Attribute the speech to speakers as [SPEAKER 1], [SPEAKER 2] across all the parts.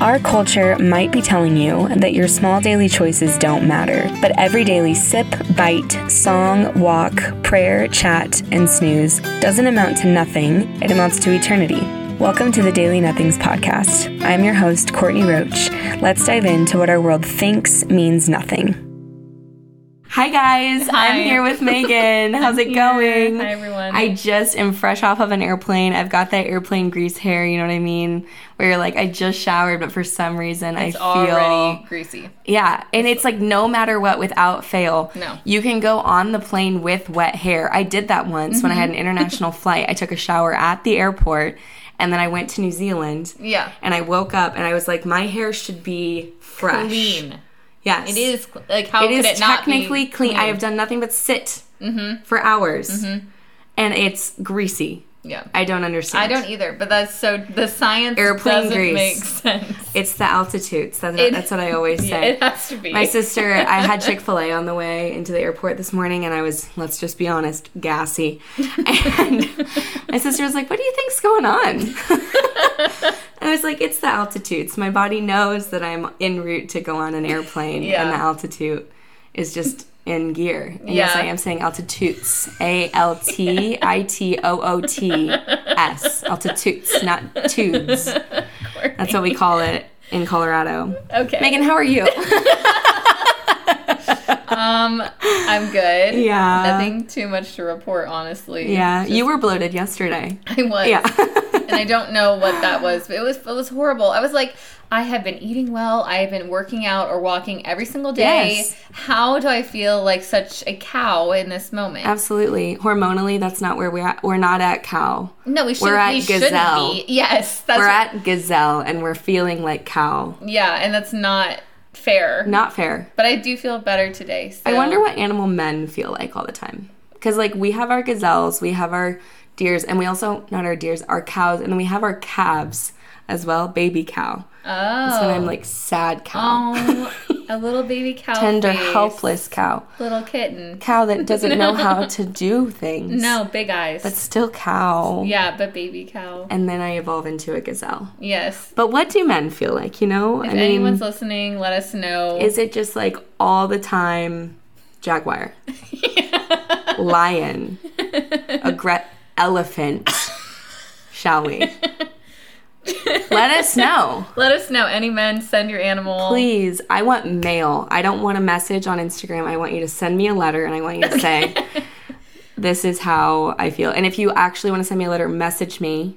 [SPEAKER 1] Our culture might be telling you that your small daily choices don't matter, but every daily sip, bite, song, walk, prayer, chat, and snooze doesn't amount to nothing, it amounts to eternity. Welcome to the Daily Nothings Podcast. I'm your host, Courtney Roach. Let's dive into what our world thinks means nothing. Hi guys,
[SPEAKER 2] Hi.
[SPEAKER 1] I'm here with Megan. How's it
[SPEAKER 2] Yeah.
[SPEAKER 1] going?
[SPEAKER 2] Hi, everyone.
[SPEAKER 1] I just am fresh off of an airplane. I've got that airplane grease hair, you know what I mean? Where you're like, I just showered, but for some reason I
[SPEAKER 2] it's
[SPEAKER 1] feel
[SPEAKER 2] already greasy.
[SPEAKER 1] Yeah. And it's like no matter what, without fail.
[SPEAKER 2] No.
[SPEAKER 1] You can go on the plane with wet hair. I did that once when I
[SPEAKER 2] Mm-hmm.
[SPEAKER 1] had an international flight. I took a shower at the airport and then I went to New Zealand.
[SPEAKER 2] Yeah.
[SPEAKER 1] And I woke up and I was like, my hair should be fresh.
[SPEAKER 2] Clean.
[SPEAKER 1] Yes.
[SPEAKER 2] It is cl- like how
[SPEAKER 1] It
[SPEAKER 2] could
[SPEAKER 1] is
[SPEAKER 2] it not be Mm-hmm.
[SPEAKER 1] technically clean. I have done nothing but sit for hours, and it's greasy.
[SPEAKER 2] Yeah. I,
[SPEAKER 1] I don't understand.
[SPEAKER 2] don't either, but that's so the science
[SPEAKER 1] Airplane
[SPEAKER 2] doesn't
[SPEAKER 1] grease.
[SPEAKER 2] make sense.
[SPEAKER 1] It's the altitudes. That's,
[SPEAKER 2] It-
[SPEAKER 1] that's what I always say.
[SPEAKER 2] It has to be.
[SPEAKER 1] My sister, I had Chick fil A on the way into the airport this morning, and I was, let's just be honest, gassy. And my sister was like, What do you think's going on? I was like, It's the altitudes. My body knows that I'm en route to go on an airplane, and
[SPEAKER 2] Yeah.
[SPEAKER 1] the altitude is just in gear. And yes,
[SPEAKER 2] Yeah.
[SPEAKER 1] I am saying altitudes. A L T I T O O T S. Altitudes, not tubes. That's what we call it in Colorado.
[SPEAKER 2] Okay.
[SPEAKER 1] Megan, how are you?
[SPEAKER 2] um I'm good.
[SPEAKER 1] Yeah.
[SPEAKER 2] Nothing too much to report, honestly.
[SPEAKER 1] Yeah, you were bloated yesterday.
[SPEAKER 2] I was.
[SPEAKER 1] Yeah.
[SPEAKER 2] and I don't know what that was, but it was it was horrible. I was like, I have been eating well, I have been working out or walking every single day.
[SPEAKER 1] Yes.
[SPEAKER 2] How do I feel like such a cow in this moment?
[SPEAKER 1] Um, Absolutely. Hormonally, that's not where we're at. We're not at cow.
[SPEAKER 2] No, we should.
[SPEAKER 1] We're at
[SPEAKER 2] we shouldn't
[SPEAKER 1] gazelle.
[SPEAKER 2] Be. Yes, that's
[SPEAKER 1] We're at gazelle and we're feeling like cow.
[SPEAKER 2] yeah, and that's not fair.
[SPEAKER 1] Not fair.
[SPEAKER 2] But I do feel better today. So.
[SPEAKER 1] I wonder what animal men feel like all the time. Because, like, we have our gazelles, we have our deers, and we also, not our deers, our cows, and then we have our calves as well. Baby cow.
[SPEAKER 2] Oh,
[SPEAKER 1] That's when I'm like sad cow.
[SPEAKER 2] oh, a little baby cow,
[SPEAKER 1] Tender,
[SPEAKER 2] face.
[SPEAKER 1] helpless cow.
[SPEAKER 2] little kitten.
[SPEAKER 1] Cow that doesn't know how to do things.
[SPEAKER 2] No, big eyes.
[SPEAKER 1] But still cow.
[SPEAKER 2] yeah, but baby cow.
[SPEAKER 1] And then I evolve into a gazelle.
[SPEAKER 2] Yes.
[SPEAKER 1] But what do men feel like, you know?
[SPEAKER 2] If
[SPEAKER 1] I mean,
[SPEAKER 2] anyone's listening, let us know.
[SPEAKER 1] is it just like all the time jaguar, lion, aggre- elephant? Shall we? Let us know.
[SPEAKER 2] Let us know. Any men, send your animal.
[SPEAKER 1] Please, I want mail. I don't want a message on Instagram. I want you to send me a letter and I want you to say, this is how I feel. And if you actually want to send me a letter, message me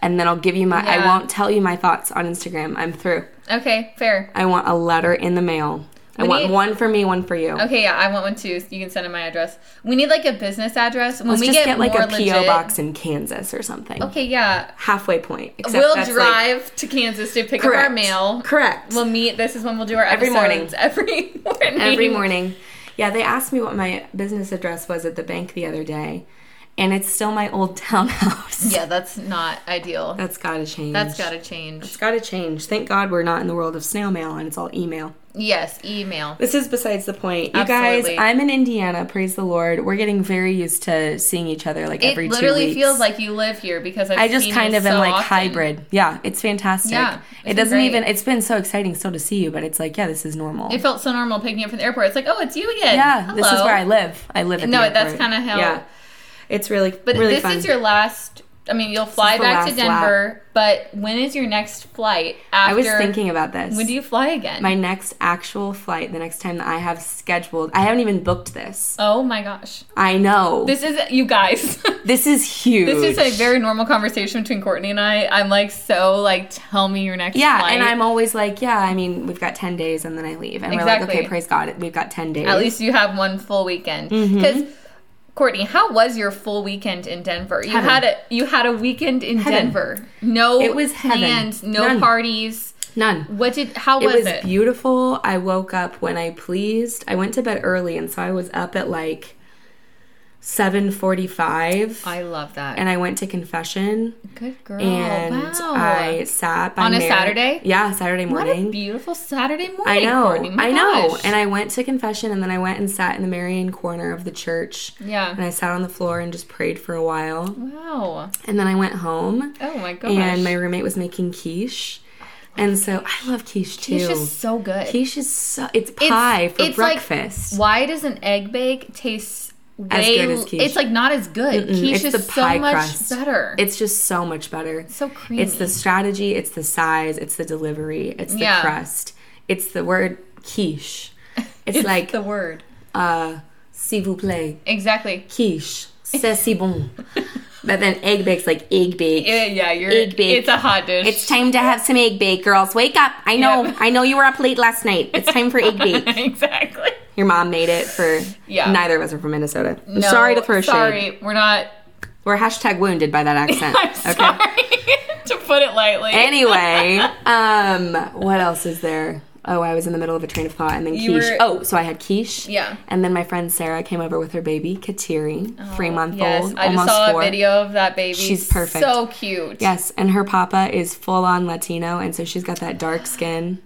[SPEAKER 1] and then I'll give you my, I
[SPEAKER 2] Yeah.
[SPEAKER 1] won't tell you my thoughts on Instagram. I'm through.
[SPEAKER 2] Okay, fair.
[SPEAKER 1] I want a letter in the mail. I
[SPEAKER 2] We
[SPEAKER 1] want
[SPEAKER 2] need-
[SPEAKER 1] one for me, one for you.
[SPEAKER 2] Okay, yeah, I want one too. You can send in my address. We need like a business address. When
[SPEAKER 1] Let's
[SPEAKER 2] we
[SPEAKER 1] just
[SPEAKER 2] get,
[SPEAKER 1] get, like
[SPEAKER 2] more
[SPEAKER 1] a PO
[SPEAKER 2] legit-
[SPEAKER 1] box in Kansas or something.
[SPEAKER 2] Okay, yeah.
[SPEAKER 1] Halfway point. Except
[SPEAKER 2] We'll
[SPEAKER 1] that's, like-
[SPEAKER 2] drive to Kansas to pick up our mail.
[SPEAKER 1] Correct.
[SPEAKER 2] We'll meet. This is when we'll do our
[SPEAKER 1] Every
[SPEAKER 2] episodes. Every morning.
[SPEAKER 1] Every morning. Yeah, they asked me what my business address was at the bank the other day, and it's still my old townhouse.
[SPEAKER 2] Yeah, that's not ideal.
[SPEAKER 1] That's gotta change.
[SPEAKER 2] That's got to change.
[SPEAKER 1] It's gotta change. Thank God we're not in the world of snail mail and it's all email.
[SPEAKER 2] Yes, email.
[SPEAKER 1] This is besides the point. You
[SPEAKER 2] Absolutely.
[SPEAKER 1] guys, I'm in Indiana, praise the Lord. We're getting very used to seeing each other like
[SPEAKER 2] It
[SPEAKER 1] every two
[SPEAKER 2] literally
[SPEAKER 1] weeks.
[SPEAKER 2] feels like you live here because I've
[SPEAKER 1] I just
[SPEAKER 2] seen
[SPEAKER 1] kind
[SPEAKER 2] you
[SPEAKER 1] of am
[SPEAKER 2] so
[SPEAKER 1] like
[SPEAKER 2] often.
[SPEAKER 1] hybrid. Yeah, it's fantastic.
[SPEAKER 2] Yeah,
[SPEAKER 1] it
[SPEAKER 2] it's
[SPEAKER 1] doesn't
[SPEAKER 2] great.
[SPEAKER 1] even. It's been so exciting still to see you, but it's like, yeah, this is normal.
[SPEAKER 2] It felt so normal picking you up from the airport. It's like, oh, it's you again.
[SPEAKER 1] yeah, this is
[SPEAKER 2] Hello.
[SPEAKER 1] where I live. I live. At
[SPEAKER 2] No,
[SPEAKER 1] the
[SPEAKER 2] that's
[SPEAKER 1] airport.
[SPEAKER 2] kinda how-
[SPEAKER 1] Yeah, it's really.
[SPEAKER 2] But
[SPEAKER 1] really
[SPEAKER 2] this
[SPEAKER 1] fun.
[SPEAKER 2] is your last. I mean, you'll fly
[SPEAKER 1] the
[SPEAKER 2] back to
[SPEAKER 1] last lap.
[SPEAKER 2] Denver, but when is your next flight? After
[SPEAKER 1] I was thinking about this.
[SPEAKER 2] When do you fly again?
[SPEAKER 1] my next actual flight, the next time that I have scheduled, I haven't even booked this.
[SPEAKER 2] oh my gosh!
[SPEAKER 1] I know this,
[SPEAKER 2] This is you guys.
[SPEAKER 1] is huge.
[SPEAKER 2] this is a very normal conversation between Courtney and I. I'm like so like, tell me your next.
[SPEAKER 1] yeah,
[SPEAKER 2] flight.
[SPEAKER 1] and I'm always like, yeah. I mean, we've got ten days, and then I leave, and we're like,
[SPEAKER 2] Exactly.
[SPEAKER 1] okay, praise God, we've got ten days.
[SPEAKER 2] At least you have one full weekend.
[SPEAKER 1] Mm-hmm.
[SPEAKER 2] Because Courtney, how was your full weekend in Denver? You
[SPEAKER 1] Heaven.
[SPEAKER 2] had a you had a weekend in Denver. No
[SPEAKER 1] It was heaven.
[SPEAKER 2] plans, no
[SPEAKER 1] None.
[SPEAKER 2] parties.
[SPEAKER 1] none.
[SPEAKER 2] What did how
[SPEAKER 1] It
[SPEAKER 2] was,
[SPEAKER 1] was
[SPEAKER 2] it?
[SPEAKER 1] beautiful. I woke up when I pleased. I went to bed early, and so I was up at like seven forty-five,
[SPEAKER 2] I love that.
[SPEAKER 1] and I went to confession,
[SPEAKER 2] Good girl.
[SPEAKER 1] and
[SPEAKER 2] wow.
[SPEAKER 1] I sat by
[SPEAKER 2] On a
[SPEAKER 1] Mary-
[SPEAKER 2] Saturday?
[SPEAKER 1] Yeah, Saturday
[SPEAKER 2] what a
[SPEAKER 1] morning.
[SPEAKER 2] beautiful Saturday morning.
[SPEAKER 1] I know,
[SPEAKER 2] Courtney. My
[SPEAKER 1] I know.
[SPEAKER 2] gosh.
[SPEAKER 1] And I went to confession, and then I went and sat in the Marian corner of the church, and
[SPEAKER 2] yeah.
[SPEAKER 1] I sat on the floor and just prayed for a while,
[SPEAKER 2] Wow.
[SPEAKER 1] and then I went home,
[SPEAKER 2] Oh my gosh.
[SPEAKER 1] and my roommate was making quiche. And so I love quiche too.
[SPEAKER 2] Quiche is so good.
[SPEAKER 1] Quiche is so it's pie for
[SPEAKER 2] like,
[SPEAKER 1] breakfast.
[SPEAKER 2] why does an egg bake taste way,
[SPEAKER 1] As good as quiche.
[SPEAKER 2] It's like not as good. quiche
[SPEAKER 1] Mm, it's
[SPEAKER 2] is
[SPEAKER 1] the
[SPEAKER 2] so
[SPEAKER 1] pie
[SPEAKER 2] much
[SPEAKER 1] crust.
[SPEAKER 2] better.
[SPEAKER 1] it's just so much better.
[SPEAKER 2] so creamy.
[SPEAKER 1] It's the strategy, it's the size, it's the delivery, it's the
[SPEAKER 2] Yeah.
[SPEAKER 1] crust, it's the word quiche. It's,
[SPEAKER 2] It's
[SPEAKER 1] like
[SPEAKER 2] the word
[SPEAKER 1] uh, s'il vous plaît,
[SPEAKER 2] exactly.
[SPEAKER 1] quiche, c'est si bon. but then egg bake's like egg bake.
[SPEAKER 2] Yeah, Eh, yeah, you're.
[SPEAKER 1] Egg bake.
[SPEAKER 2] It's a hot dish.
[SPEAKER 1] It's time to have some egg bake, girls. Wake up! I know, I know you were up late last night. It's time for egg bake.
[SPEAKER 2] exactly.
[SPEAKER 1] Your mom made it for.
[SPEAKER 2] Yeah.
[SPEAKER 1] Neither of us are from Minnesota. I'm
[SPEAKER 2] No,
[SPEAKER 1] sorry to throw shade.
[SPEAKER 2] Sorry, we're not.
[SPEAKER 1] We're hashtag wounded by that accent.
[SPEAKER 2] I'm sorry to put it lightly.
[SPEAKER 1] anyway, um, what else is there? Oh, I was in the middle of a train of thought, and then
[SPEAKER 2] You
[SPEAKER 1] quiche.
[SPEAKER 2] were-
[SPEAKER 1] oh, so I had quiche.
[SPEAKER 2] Yeah. Oh,
[SPEAKER 1] And then my friend Sarah came over with her baby, Kateri, three month
[SPEAKER 2] yes,
[SPEAKER 1] old,
[SPEAKER 2] I just
[SPEAKER 1] almost
[SPEAKER 2] saw
[SPEAKER 1] four.
[SPEAKER 2] a video of that baby.
[SPEAKER 1] She's perfect.
[SPEAKER 2] So cute.
[SPEAKER 1] Yes, and her papa is full on Latino, and so she's got that dark skin.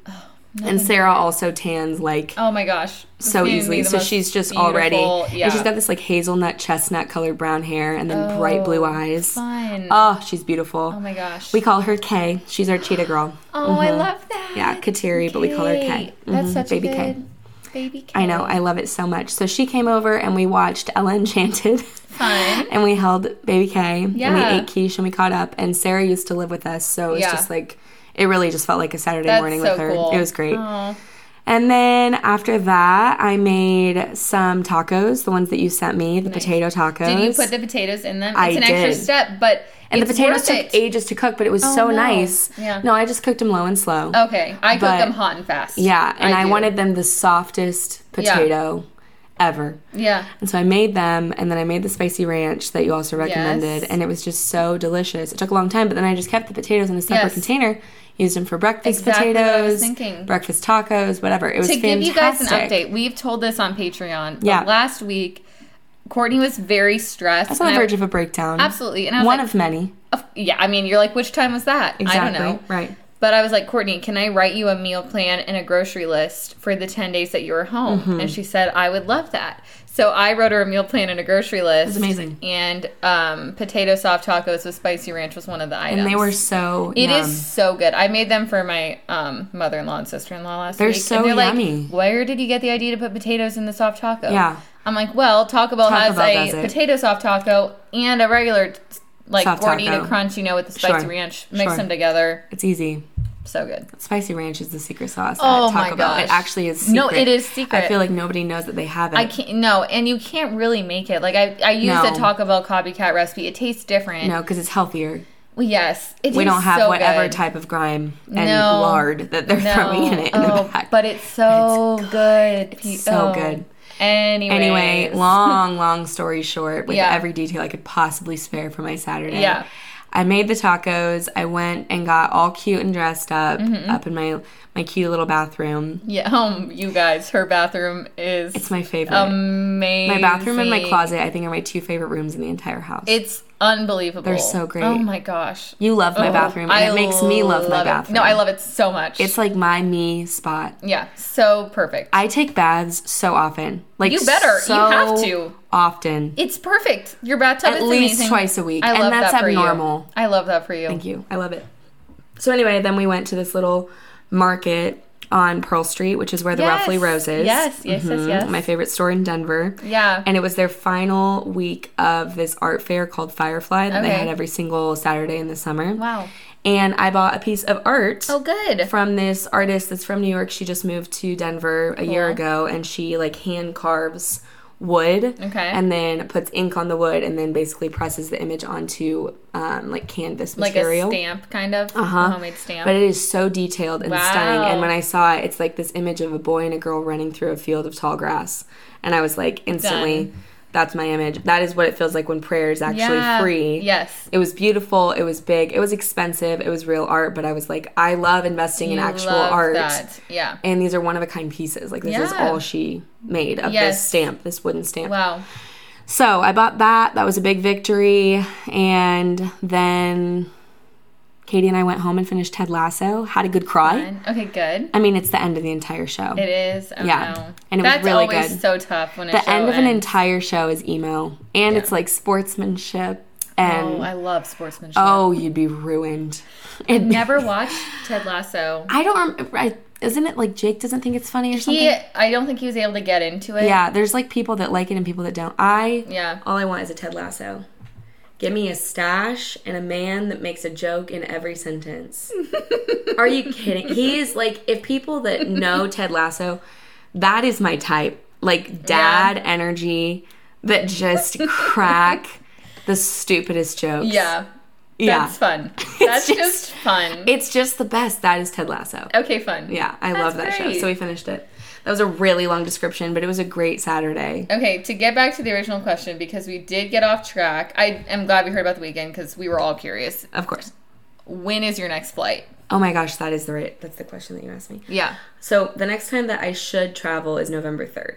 [SPEAKER 1] and Sarah also tans like
[SPEAKER 2] Oh my gosh. This
[SPEAKER 1] so
[SPEAKER 2] made me
[SPEAKER 1] easily.
[SPEAKER 2] the
[SPEAKER 1] So
[SPEAKER 2] most
[SPEAKER 1] she's just already.
[SPEAKER 2] beautiful- Yeah.
[SPEAKER 1] And she's got this like hazelnut, chestnut colored brown hair, and then bright blue eyes.
[SPEAKER 2] Oh, fun.
[SPEAKER 1] Oh, she's beautiful.
[SPEAKER 2] oh my gosh.
[SPEAKER 1] We call her Kay. She's our cheetah girl.
[SPEAKER 2] oh, I love that.
[SPEAKER 1] Yeah, Kateri, but we call her Kay.
[SPEAKER 2] That's
[SPEAKER 1] Mhm,
[SPEAKER 2] such
[SPEAKER 1] baby
[SPEAKER 2] a
[SPEAKER 1] Kay.
[SPEAKER 2] good baby K.
[SPEAKER 1] I know, I love it so much. So she came over and we watched Ella Enchanted.
[SPEAKER 2] Fun.
[SPEAKER 1] and we held baby K. And
[SPEAKER 2] Yeah.
[SPEAKER 1] we ate quiche and we caught up. And Sarah used to live with us. So it was
[SPEAKER 2] Yeah.
[SPEAKER 1] just like, it really just felt like a Saturday
[SPEAKER 2] That's
[SPEAKER 1] morning
[SPEAKER 2] so
[SPEAKER 1] with her.
[SPEAKER 2] cool.
[SPEAKER 1] It was great.
[SPEAKER 2] Oh,
[SPEAKER 1] And then after that, I made some tacos, the ones that you sent me, the potato tacos.
[SPEAKER 2] did you put the potatoes in them? It's
[SPEAKER 1] I
[SPEAKER 2] an extra
[SPEAKER 1] did.
[SPEAKER 2] step, but
[SPEAKER 1] and the
[SPEAKER 2] it's
[SPEAKER 1] potatoes
[SPEAKER 2] worth
[SPEAKER 1] took
[SPEAKER 2] it. Oh,
[SPEAKER 1] ages to cook, but it was so
[SPEAKER 2] no.
[SPEAKER 1] nice.
[SPEAKER 2] Yeah.
[SPEAKER 1] No, I just cooked them low and slow.
[SPEAKER 2] Okay, I cook
[SPEAKER 1] But-
[SPEAKER 2] them hot and fast.
[SPEAKER 1] Yeah, and I,
[SPEAKER 2] do.
[SPEAKER 1] wanted them the softest potato ever.
[SPEAKER 2] Yeah.
[SPEAKER 1] And so I made them, and then I made the spicy ranch that you also recommended,
[SPEAKER 2] Yes.
[SPEAKER 1] and it was just so delicious. It took a long time, but then I just kept the potatoes in a separate
[SPEAKER 2] Yes.
[SPEAKER 1] container, used them for breakfast
[SPEAKER 2] Exactly what I was
[SPEAKER 1] potatoes,
[SPEAKER 2] thinking.
[SPEAKER 1] breakfast tacos, whatever. It was
[SPEAKER 2] to give you guys an
[SPEAKER 1] fantastic.
[SPEAKER 2] update, we've told this on Patreon. but
[SPEAKER 1] Yeah.
[SPEAKER 2] Last week, Courtney was very stressed.
[SPEAKER 1] That's on
[SPEAKER 2] and
[SPEAKER 1] the
[SPEAKER 2] I-
[SPEAKER 1] verge of a breakdown.
[SPEAKER 2] Absolutely, and I was
[SPEAKER 1] One
[SPEAKER 2] like-
[SPEAKER 1] of many.
[SPEAKER 2] Of- Yeah, I mean, you're like, which time was that?
[SPEAKER 1] Exactly.
[SPEAKER 2] I don't know.
[SPEAKER 1] Right.
[SPEAKER 2] But I was like, Courtney, can I write you a meal plan and a grocery list for the 10 days that you were home?
[SPEAKER 1] Mm-hmm.
[SPEAKER 2] And she said, I would love that. So I wrote her a meal plan and a grocery list. It's
[SPEAKER 1] amazing.
[SPEAKER 2] And um, potato soft tacos with spicy ranch was one of the items.
[SPEAKER 1] And they were so.
[SPEAKER 2] It is
[SPEAKER 1] yum.
[SPEAKER 2] so good. I made them for my um, mother in law and sister in law last
[SPEAKER 1] They're
[SPEAKER 2] week.
[SPEAKER 1] so
[SPEAKER 2] and they're
[SPEAKER 1] yummy.
[SPEAKER 2] like, where did you get the idea to put potatoes in the soft taco?
[SPEAKER 1] Yeah.
[SPEAKER 2] I'm like, well, Taco Bell
[SPEAKER 1] Taco
[SPEAKER 2] has
[SPEAKER 1] Bell does
[SPEAKER 2] a
[SPEAKER 1] it.
[SPEAKER 2] potato soft taco and a regular like
[SPEAKER 1] Soft
[SPEAKER 2] gordita
[SPEAKER 1] taco.
[SPEAKER 2] crunch, you know, with the spicy
[SPEAKER 1] Sure.
[SPEAKER 2] ranch. Mix
[SPEAKER 1] Sure.
[SPEAKER 2] them together.
[SPEAKER 1] It's easy.
[SPEAKER 2] So good.
[SPEAKER 1] Spicy ranch is the secret sauce.
[SPEAKER 2] Oh
[SPEAKER 1] at Taco
[SPEAKER 2] my
[SPEAKER 1] Bell.
[SPEAKER 2] gosh.
[SPEAKER 1] It actually is. Secret.
[SPEAKER 2] No, it is secret.
[SPEAKER 1] I feel like nobody knows that they have it.
[SPEAKER 2] I can't no, and you can't really make it. Like I, I used
[SPEAKER 1] No.
[SPEAKER 2] a Taco Bell copycat recipe. It tastes different.
[SPEAKER 1] no, because it's healthier.
[SPEAKER 2] Well, yes, it
[SPEAKER 1] We
[SPEAKER 2] tastes
[SPEAKER 1] don't have
[SPEAKER 2] so
[SPEAKER 1] whatever
[SPEAKER 2] good.
[SPEAKER 1] type of grime and
[SPEAKER 2] No.
[SPEAKER 1] lard that they're
[SPEAKER 2] No.
[SPEAKER 1] throwing in it in
[SPEAKER 2] oh,
[SPEAKER 1] the back.
[SPEAKER 2] but it's so good. Pe-
[SPEAKER 1] so
[SPEAKER 2] oh.
[SPEAKER 1] good.
[SPEAKER 2] Anyways.
[SPEAKER 1] anyway, long, long story short, with
[SPEAKER 2] Yeah.
[SPEAKER 1] every detail I could possibly spare for my Saturday.
[SPEAKER 2] Yeah.
[SPEAKER 1] I made the tacos. I went and got all cute and dressed up,
[SPEAKER 2] Mm-hmm.
[SPEAKER 1] up in my my cute little bathroom.
[SPEAKER 2] Yeah, um, you guys, her bathroom is
[SPEAKER 1] It's my favorite. my
[SPEAKER 2] amazing.
[SPEAKER 1] bathroom and my closet, I think, are my two favorite rooms in the entire house.
[SPEAKER 2] It's unbelievable. They're
[SPEAKER 1] so great.
[SPEAKER 2] Oh my gosh.
[SPEAKER 1] you love my bathroom, and it makes me love my
[SPEAKER 2] it.
[SPEAKER 1] bathroom.
[SPEAKER 2] No, I Oh, love it so much.
[SPEAKER 1] It's like my me spot.
[SPEAKER 2] yeah, so perfect.
[SPEAKER 1] I take baths so often. Like
[SPEAKER 2] You better. You
[SPEAKER 1] so
[SPEAKER 2] have to.
[SPEAKER 1] often.
[SPEAKER 2] it's perfect. Your bathtub
[SPEAKER 1] At
[SPEAKER 2] is
[SPEAKER 1] least
[SPEAKER 2] amazing.
[SPEAKER 1] twice a week,
[SPEAKER 2] I
[SPEAKER 1] and
[SPEAKER 2] love
[SPEAKER 1] that's
[SPEAKER 2] that for you.
[SPEAKER 1] abnormal.
[SPEAKER 2] I love that for you.
[SPEAKER 1] Thank you. I love it. So anyway, then we went to this little market on Pearl Street, which is where the
[SPEAKER 2] Yes.
[SPEAKER 1] Roughly Rose is.
[SPEAKER 2] Yes, yes, yes,
[SPEAKER 1] Mhm.
[SPEAKER 2] yes.
[SPEAKER 1] My favorite store in Denver.
[SPEAKER 2] Yeah.
[SPEAKER 1] And it was their final week of this art fair called Firefly that they
[SPEAKER 2] Okay.
[SPEAKER 1] had every single Saturday in the summer.
[SPEAKER 2] Wow.
[SPEAKER 1] And I bought a piece of art
[SPEAKER 2] Oh, good.
[SPEAKER 1] from this artist that's from New York. She just moved to Denver a year ago and she like hand carves wood
[SPEAKER 2] Okay.
[SPEAKER 1] and then puts ink on the wood and then basically presses the image onto um, like canvas
[SPEAKER 2] like
[SPEAKER 1] material.
[SPEAKER 2] a stamp, kind of.
[SPEAKER 1] Uh-huh.
[SPEAKER 2] A homemade stamp.
[SPEAKER 1] But it is so detailed and stunning. And
[SPEAKER 2] Wow.
[SPEAKER 1] when I saw it, it's like this image of a boy and a girl running through a field of tall grass. And I was like, instantly, that's my image. That is what it feels like when prayer is actually
[SPEAKER 2] Yeah.
[SPEAKER 1] free.
[SPEAKER 2] Yes.
[SPEAKER 1] It was beautiful. It was big. It was expensive. It was real art. But I was like, I love investing in
[SPEAKER 2] You
[SPEAKER 1] actual
[SPEAKER 2] love
[SPEAKER 1] art.
[SPEAKER 2] That. Yeah.
[SPEAKER 1] And these are one of a kind pieces. Like, this is
[SPEAKER 2] Yeah.
[SPEAKER 1] all she made of
[SPEAKER 2] Yes.
[SPEAKER 1] this stamp, this wooden stamp.
[SPEAKER 2] Wow.
[SPEAKER 1] So I bought that. That was a big victory. And then Katie and I went home and finished Ted Lasso. Had a good cry.
[SPEAKER 2] Fun. Okay, good.
[SPEAKER 1] I mean, it's the end of the entire show.
[SPEAKER 2] It is. Oh,
[SPEAKER 1] Yeah.
[SPEAKER 2] No.
[SPEAKER 1] And it was
[SPEAKER 2] That's
[SPEAKER 1] really
[SPEAKER 2] always
[SPEAKER 1] good.
[SPEAKER 2] so tough when a
[SPEAKER 1] the
[SPEAKER 2] show
[SPEAKER 1] end of an
[SPEAKER 2] ends.
[SPEAKER 1] entire show is emo. And it's like sportsmanship
[SPEAKER 2] Oh,
[SPEAKER 1] And
[SPEAKER 2] I love sportsmanship.
[SPEAKER 1] oh, you'd be ruined. It'd be-
[SPEAKER 2] Never watched Ted Lasso.
[SPEAKER 1] I don't remember. I, isn't it like Jake doesn't think it's funny or something?
[SPEAKER 2] He, I don't think he was able to get into it.
[SPEAKER 1] yeah, Oh, there's like people that like it and people that don't. I
[SPEAKER 2] Yeah.
[SPEAKER 1] All I want is a Ted Lasso. Give me a stash and a man that makes a joke in every sentence. Are you kidding? He is like, if people that know Ted Lasso, that is my type. Like, dad energy that just crack the stupidest jokes.
[SPEAKER 2] Yeah.
[SPEAKER 1] Yeah.
[SPEAKER 2] That's fun. That's
[SPEAKER 1] just-
[SPEAKER 2] just, fun.
[SPEAKER 1] It's just the best. That is Ted Lasso.
[SPEAKER 2] okay, fun.
[SPEAKER 1] Yeah, I love that show.
[SPEAKER 2] great.
[SPEAKER 1] So we finished it. That was a really long description, but it was a great Saturday.
[SPEAKER 2] Okay, to get back to the original question, because we did get off track, I am glad we heard about the weekend because we were all curious.
[SPEAKER 1] Of course.
[SPEAKER 2] When is your next flight?
[SPEAKER 1] Oh my gosh, that is the right. That's the question that you asked me.
[SPEAKER 2] Yeah.
[SPEAKER 1] So the next time that I should travel is November 3rd.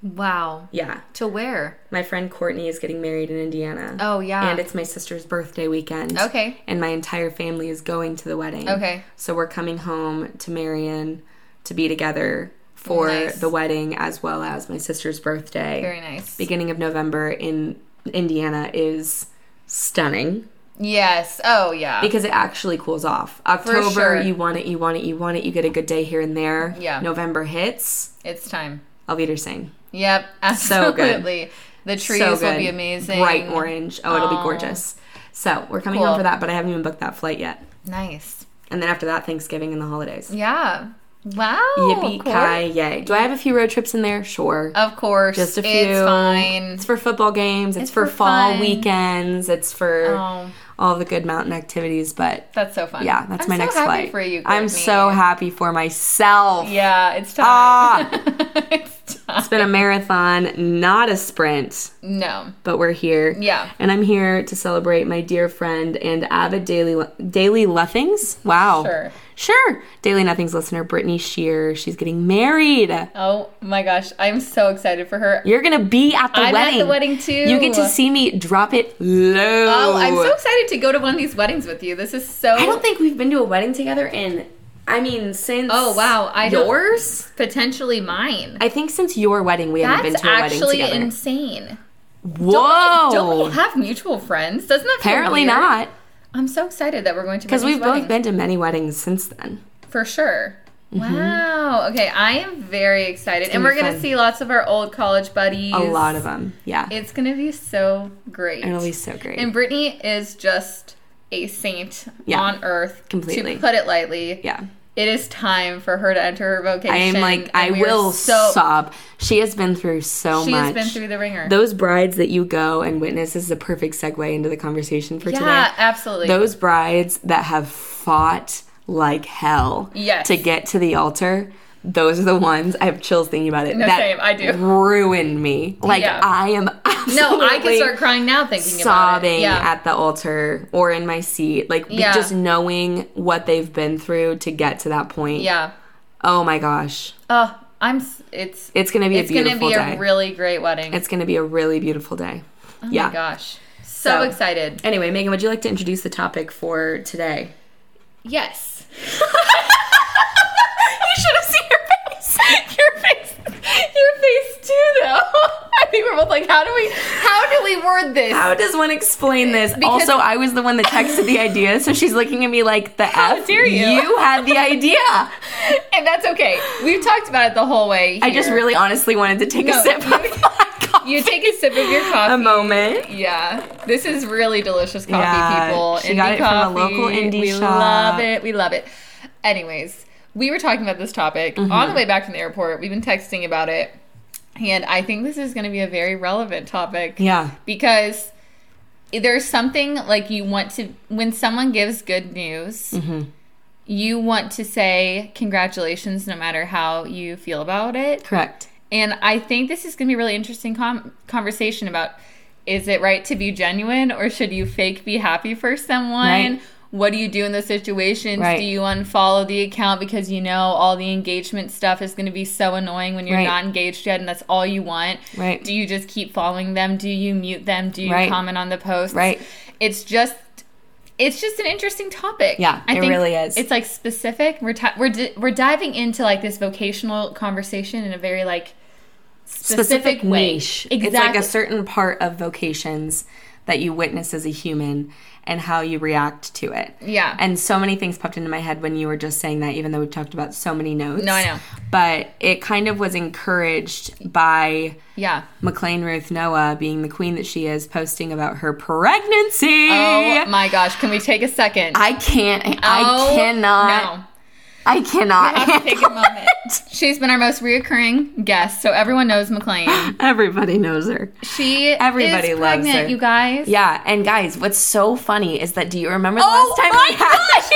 [SPEAKER 2] Wow.
[SPEAKER 1] Yeah.
[SPEAKER 2] To where?
[SPEAKER 1] My friend Courtney is getting married in Indiana.
[SPEAKER 2] Oh, yeah.
[SPEAKER 1] And it's my sister's birthday weekend.
[SPEAKER 2] Okay.
[SPEAKER 1] And my entire family is going to the wedding.
[SPEAKER 2] Okay.
[SPEAKER 1] So we're coming home to Marion to be together for
[SPEAKER 2] Nice.
[SPEAKER 1] the wedding as well as my sister's birthday.
[SPEAKER 2] Very nice.
[SPEAKER 1] Beginning of November in Indiana is stunning
[SPEAKER 2] Yes. Oh, yeah.
[SPEAKER 1] because it actually cools off. October
[SPEAKER 2] sure.
[SPEAKER 1] you want it, you want it, you want it, you get a good day here and there.
[SPEAKER 2] Yeah.
[SPEAKER 1] November hits.
[SPEAKER 2] it's time.
[SPEAKER 1] Auf Wiedersehen.
[SPEAKER 2] Yep.
[SPEAKER 1] So good.
[SPEAKER 2] Absolutely. The trees will be
[SPEAKER 1] good.
[SPEAKER 2] amazing.
[SPEAKER 1] Bright orange. Oh, it'll be
[SPEAKER 2] Aw.
[SPEAKER 1] gorgeous. So we're coming
[SPEAKER 2] Cool.
[SPEAKER 1] home for that, but I haven't even booked that flight yet.
[SPEAKER 2] Nice.
[SPEAKER 1] And then after that, Thanksgiving and the holidays.
[SPEAKER 2] Yeah. Wow.
[SPEAKER 1] Yippee
[SPEAKER 2] Cool.
[SPEAKER 1] ki yay! Do I have a few road trips in there? Sure.
[SPEAKER 2] Of course.
[SPEAKER 1] Just a few.
[SPEAKER 2] It's fine.
[SPEAKER 1] It's for football games. It's,
[SPEAKER 2] It's
[SPEAKER 1] for,
[SPEAKER 2] for
[SPEAKER 1] fall
[SPEAKER 2] fun.
[SPEAKER 1] weekends. It's for
[SPEAKER 2] Oh.
[SPEAKER 1] all the good mountain activities. But
[SPEAKER 2] That's so fun.
[SPEAKER 1] yeah, that's
[SPEAKER 2] I'm
[SPEAKER 1] my
[SPEAKER 2] so
[SPEAKER 1] next
[SPEAKER 2] happy
[SPEAKER 1] flight.
[SPEAKER 2] for you.
[SPEAKER 1] I'm
[SPEAKER 2] Courtney.
[SPEAKER 1] so happy for myself.
[SPEAKER 2] Yeah, it's time.
[SPEAKER 1] Ah.
[SPEAKER 2] it's time.
[SPEAKER 1] It's been a marathon, not a sprint.
[SPEAKER 2] No.
[SPEAKER 1] but we're here.
[SPEAKER 2] Yeah.
[SPEAKER 1] And I'm here to celebrate my dear friend and avid daily daily Lethings. Wow.
[SPEAKER 2] Sure.
[SPEAKER 1] Sure. Daily Nothings listener Brittany Shear. She's getting married.
[SPEAKER 2] Oh my gosh, I'm so excited for her.
[SPEAKER 1] You're gonna be at the
[SPEAKER 2] I'm at
[SPEAKER 1] wedding.
[SPEAKER 2] the wedding, too.
[SPEAKER 1] You get to see me drop it low.
[SPEAKER 2] Oh, I'm so excited to go to one of these weddings with you. This is so
[SPEAKER 1] I don't think we've been to a wedding together in. I mean, since
[SPEAKER 2] Oh, wow. I don't-
[SPEAKER 1] yours.
[SPEAKER 2] potentially mine.
[SPEAKER 1] I think since your wedding, we haven't been
[SPEAKER 2] That's
[SPEAKER 1] to a
[SPEAKER 2] actually
[SPEAKER 1] wedding together.
[SPEAKER 2] insane.
[SPEAKER 1] Whoa!
[SPEAKER 2] Don't we have mutual friends? Doesn't that feel
[SPEAKER 1] Apparently
[SPEAKER 2] weird?
[SPEAKER 1] not,
[SPEAKER 2] I'm so excited that we're going to
[SPEAKER 1] because
[SPEAKER 2] Brittany's
[SPEAKER 1] we've
[SPEAKER 2] wedding.
[SPEAKER 1] both been to many weddings since then.
[SPEAKER 2] for sure. Wow. Okay, I am very excited,
[SPEAKER 1] Mm-hmm.
[SPEAKER 2] and
[SPEAKER 1] gonna
[SPEAKER 2] we're
[SPEAKER 1] be
[SPEAKER 2] gonna
[SPEAKER 1] fun.
[SPEAKER 2] see lots of our old college buddies.
[SPEAKER 1] A lot of them, yeah.
[SPEAKER 2] It's gonna be so great.
[SPEAKER 1] It'll be so great.
[SPEAKER 2] And Brittany is just a saint
[SPEAKER 1] Yeah.
[SPEAKER 2] on earth,
[SPEAKER 1] Completely.
[SPEAKER 2] To put it lightly,
[SPEAKER 1] yeah.
[SPEAKER 2] it is time for her to enter her vocation.
[SPEAKER 1] I am like,
[SPEAKER 2] and
[SPEAKER 1] I
[SPEAKER 2] we are
[SPEAKER 1] will
[SPEAKER 2] so.
[SPEAKER 1] sob. She has been through so
[SPEAKER 2] She's
[SPEAKER 1] much.
[SPEAKER 2] been through the ringer.
[SPEAKER 1] Those brides that you go and witness this is a perfect segue into the conversation for
[SPEAKER 2] yeah,
[SPEAKER 1] today.
[SPEAKER 2] absolutely.
[SPEAKER 1] Those brides that have fought like hell
[SPEAKER 2] Yes.
[SPEAKER 1] to get to the altar. Those are the ones I have chills thinking about it.
[SPEAKER 2] No,
[SPEAKER 1] that
[SPEAKER 2] same, I do.
[SPEAKER 1] Ruined me. Like
[SPEAKER 2] Yeah.
[SPEAKER 1] I am. Absolutely
[SPEAKER 2] no, I can start crying now thinking about it.
[SPEAKER 1] sobbing
[SPEAKER 2] Yeah.
[SPEAKER 1] at the altar or in my seat. Like be-
[SPEAKER 2] Yeah.
[SPEAKER 1] just knowing what they've been through to get to that point.
[SPEAKER 2] yeah.
[SPEAKER 1] Oh my gosh.
[SPEAKER 2] Oh, I'm. s- It's.
[SPEAKER 1] It's gonna be
[SPEAKER 2] It's
[SPEAKER 1] a
[SPEAKER 2] gonna
[SPEAKER 1] beautiful
[SPEAKER 2] be
[SPEAKER 1] day.
[SPEAKER 2] a really great wedding.
[SPEAKER 1] it's gonna be a really beautiful day. yeah.
[SPEAKER 2] Oh my gosh. So,
[SPEAKER 1] So-
[SPEAKER 2] excited.
[SPEAKER 1] Anyway, Megan, would you like to introduce the topic for today?
[SPEAKER 2] Yes.
[SPEAKER 1] You should have seen her face.
[SPEAKER 2] Your face, your face too, though. I think we're both like, how do we, how do we word this?
[SPEAKER 1] How does one explain this?
[SPEAKER 2] Because-
[SPEAKER 1] also, I was the one that texted the idea, so she's looking at me like the F.
[SPEAKER 2] dare you.
[SPEAKER 1] had the idea.
[SPEAKER 2] and that's okay. We've talked about it the whole way.
[SPEAKER 1] I just
[SPEAKER 2] here.
[SPEAKER 1] really honestly wanted to take a
[SPEAKER 2] No,
[SPEAKER 1] sip of
[SPEAKER 2] you-
[SPEAKER 1] my coffee.
[SPEAKER 2] You take a sip of your coffee.
[SPEAKER 1] a moment.
[SPEAKER 2] yeah, this is really delicious coffee,
[SPEAKER 1] Yeah,
[SPEAKER 2] people.
[SPEAKER 1] she got it from a local indie
[SPEAKER 2] we
[SPEAKER 1] shop.
[SPEAKER 2] love it. We love it. Anyways, we were talking about this topic
[SPEAKER 1] Mm-hmm.
[SPEAKER 2] on the way back from the airport. We've been texting about it, and I think this is going to be a very relevant topic.
[SPEAKER 1] Yeah.
[SPEAKER 2] because there's something like you want to when someone gives good news
[SPEAKER 1] Mm-hmm.
[SPEAKER 2] you want to say congratulations no matter how you feel about it
[SPEAKER 1] Correct.
[SPEAKER 2] and i think this is going to be a really interesting com- conversation about is it right to be genuine or should you fake be happy for someone
[SPEAKER 1] Right.
[SPEAKER 2] What do you do in those situations?
[SPEAKER 1] Right.
[SPEAKER 2] Do you unfollow the account because you know all the engagement stuff is going to be so annoying when you're
[SPEAKER 1] Right.
[SPEAKER 2] not engaged yet and that's all you want?
[SPEAKER 1] Right.
[SPEAKER 2] Do you just keep following them? Do you mute them? Do you
[SPEAKER 1] Right.
[SPEAKER 2] comment on the posts?
[SPEAKER 1] Right.
[SPEAKER 2] It's just it's just an interesting topic.
[SPEAKER 1] Yeah, it really is.
[SPEAKER 2] It's like specific. We're ti we're di- we're diving into like this vocational conversation in a very like
[SPEAKER 1] specific
[SPEAKER 2] way.
[SPEAKER 1] niche.
[SPEAKER 2] Exactly.
[SPEAKER 1] It's like a certain part of vocations that you witness as a human and how you react to it.
[SPEAKER 2] Yeah.
[SPEAKER 1] And so many things popped into my head when you were just saying that, even though we've talked about so many notes.
[SPEAKER 2] No, I know.
[SPEAKER 1] But it kind of was encouraged by
[SPEAKER 2] yeah.
[SPEAKER 1] McLean Ruth Noah being the queen that she is, posting about her pregnancy.
[SPEAKER 2] Oh my gosh, can we take a second?
[SPEAKER 1] I can't.
[SPEAKER 2] Oh,
[SPEAKER 1] I cannot.
[SPEAKER 2] No.
[SPEAKER 1] I cannot.
[SPEAKER 2] I have to take a moment. She's been our most reoccurring guest, so everyone knows McLean.
[SPEAKER 1] Everybody knows her.
[SPEAKER 2] She
[SPEAKER 1] Everybody
[SPEAKER 2] is
[SPEAKER 1] loves
[SPEAKER 2] pregnant,
[SPEAKER 1] her.
[SPEAKER 2] you guys.
[SPEAKER 1] Yeah, and guys, what's so funny is that do you remember the
[SPEAKER 2] Oh
[SPEAKER 1] last time
[SPEAKER 2] my
[SPEAKER 1] we had
[SPEAKER 2] gosh!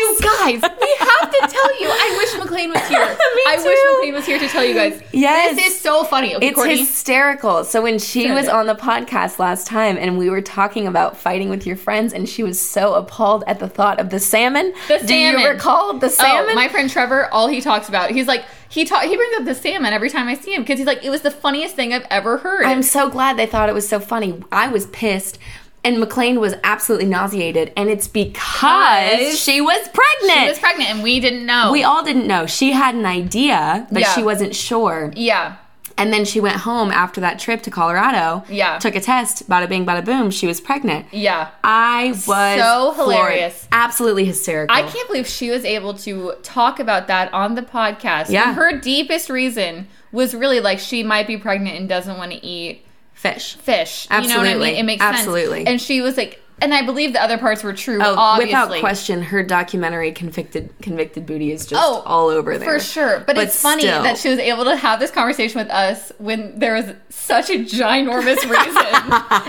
[SPEAKER 1] You guys,
[SPEAKER 2] We have to tell you. I wish McLean was here. I wish
[SPEAKER 1] too.
[SPEAKER 2] McLean was here to tell you guys.
[SPEAKER 1] Yes.
[SPEAKER 2] This is so funny. Okay,
[SPEAKER 1] It's
[SPEAKER 2] Courtney.
[SPEAKER 1] hysterical. So when she
[SPEAKER 2] Send
[SPEAKER 1] was
[SPEAKER 2] it.
[SPEAKER 1] on the podcast last time and we were talking about fighting with your friends and she was so appalled at the thought of the salmon.
[SPEAKER 2] The
[SPEAKER 1] Do
[SPEAKER 2] salmon.
[SPEAKER 1] you recall the salmon?
[SPEAKER 2] Oh, my friend Trevor, all he talks about, he's like, he ta- he brings up the salmon every time I see him because he's like, it was the funniest thing I've ever heard.
[SPEAKER 1] I'm so glad they thought it was so funny. I was pissed and McLean was absolutely nauseated and it's because
[SPEAKER 2] Because
[SPEAKER 1] she was
[SPEAKER 2] she
[SPEAKER 1] pregnant.
[SPEAKER 2] was pregnant and we didn't know.
[SPEAKER 1] we all didn't know. She had an idea, but
[SPEAKER 2] Yeah.
[SPEAKER 1] she wasn't sure.
[SPEAKER 2] yeah.
[SPEAKER 1] And then she went home after that trip to Colorado.
[SPEAKER 2] Yeah.
[SPEAKER 1] Took a test, bada bing, bada boom, she was pregnant.
[SPEAKER 2] Yeah.
[SPEAKER 1] I was
[SPEAKER 2] So
[SPEAKER 1] floored.
[SPEAKER 2] hilarious.
[SPEAKER 1] Absolutely hysterical.
[SPEAKER 2] I can't believe she was able to talk about that on the podcast. when
[SPEAKER 1] Yeah.
[SPEAKER 2] Her deepest reason was really like she might be pregnant and doesn't want to eat
[SPEAKER 1] fish.
[SPEAKER 2] fish. You know what I
[SPEAKER 1] Absolutely.
[SPEAKER 2] mean? It makes
[SPEAKER 1] Absolutely.
[SPEAKER 2] sense. And she was like, and I believe the other parts were true,
[SPEAKER 1] Oh,
[SPEAKER 2] obviously.
[SPEAKER 1] without question, her documentary "Convicted Convicted Booty" is just
[SPEAKER 2] Oh,
[SPEAKER 1] all over there
[SPEAKER 2] For sure. But, it's funny
[SPEAKER 1] still.
[SPEAKER 2] that she was able to have this conversation with us when there was such a ginormous reason.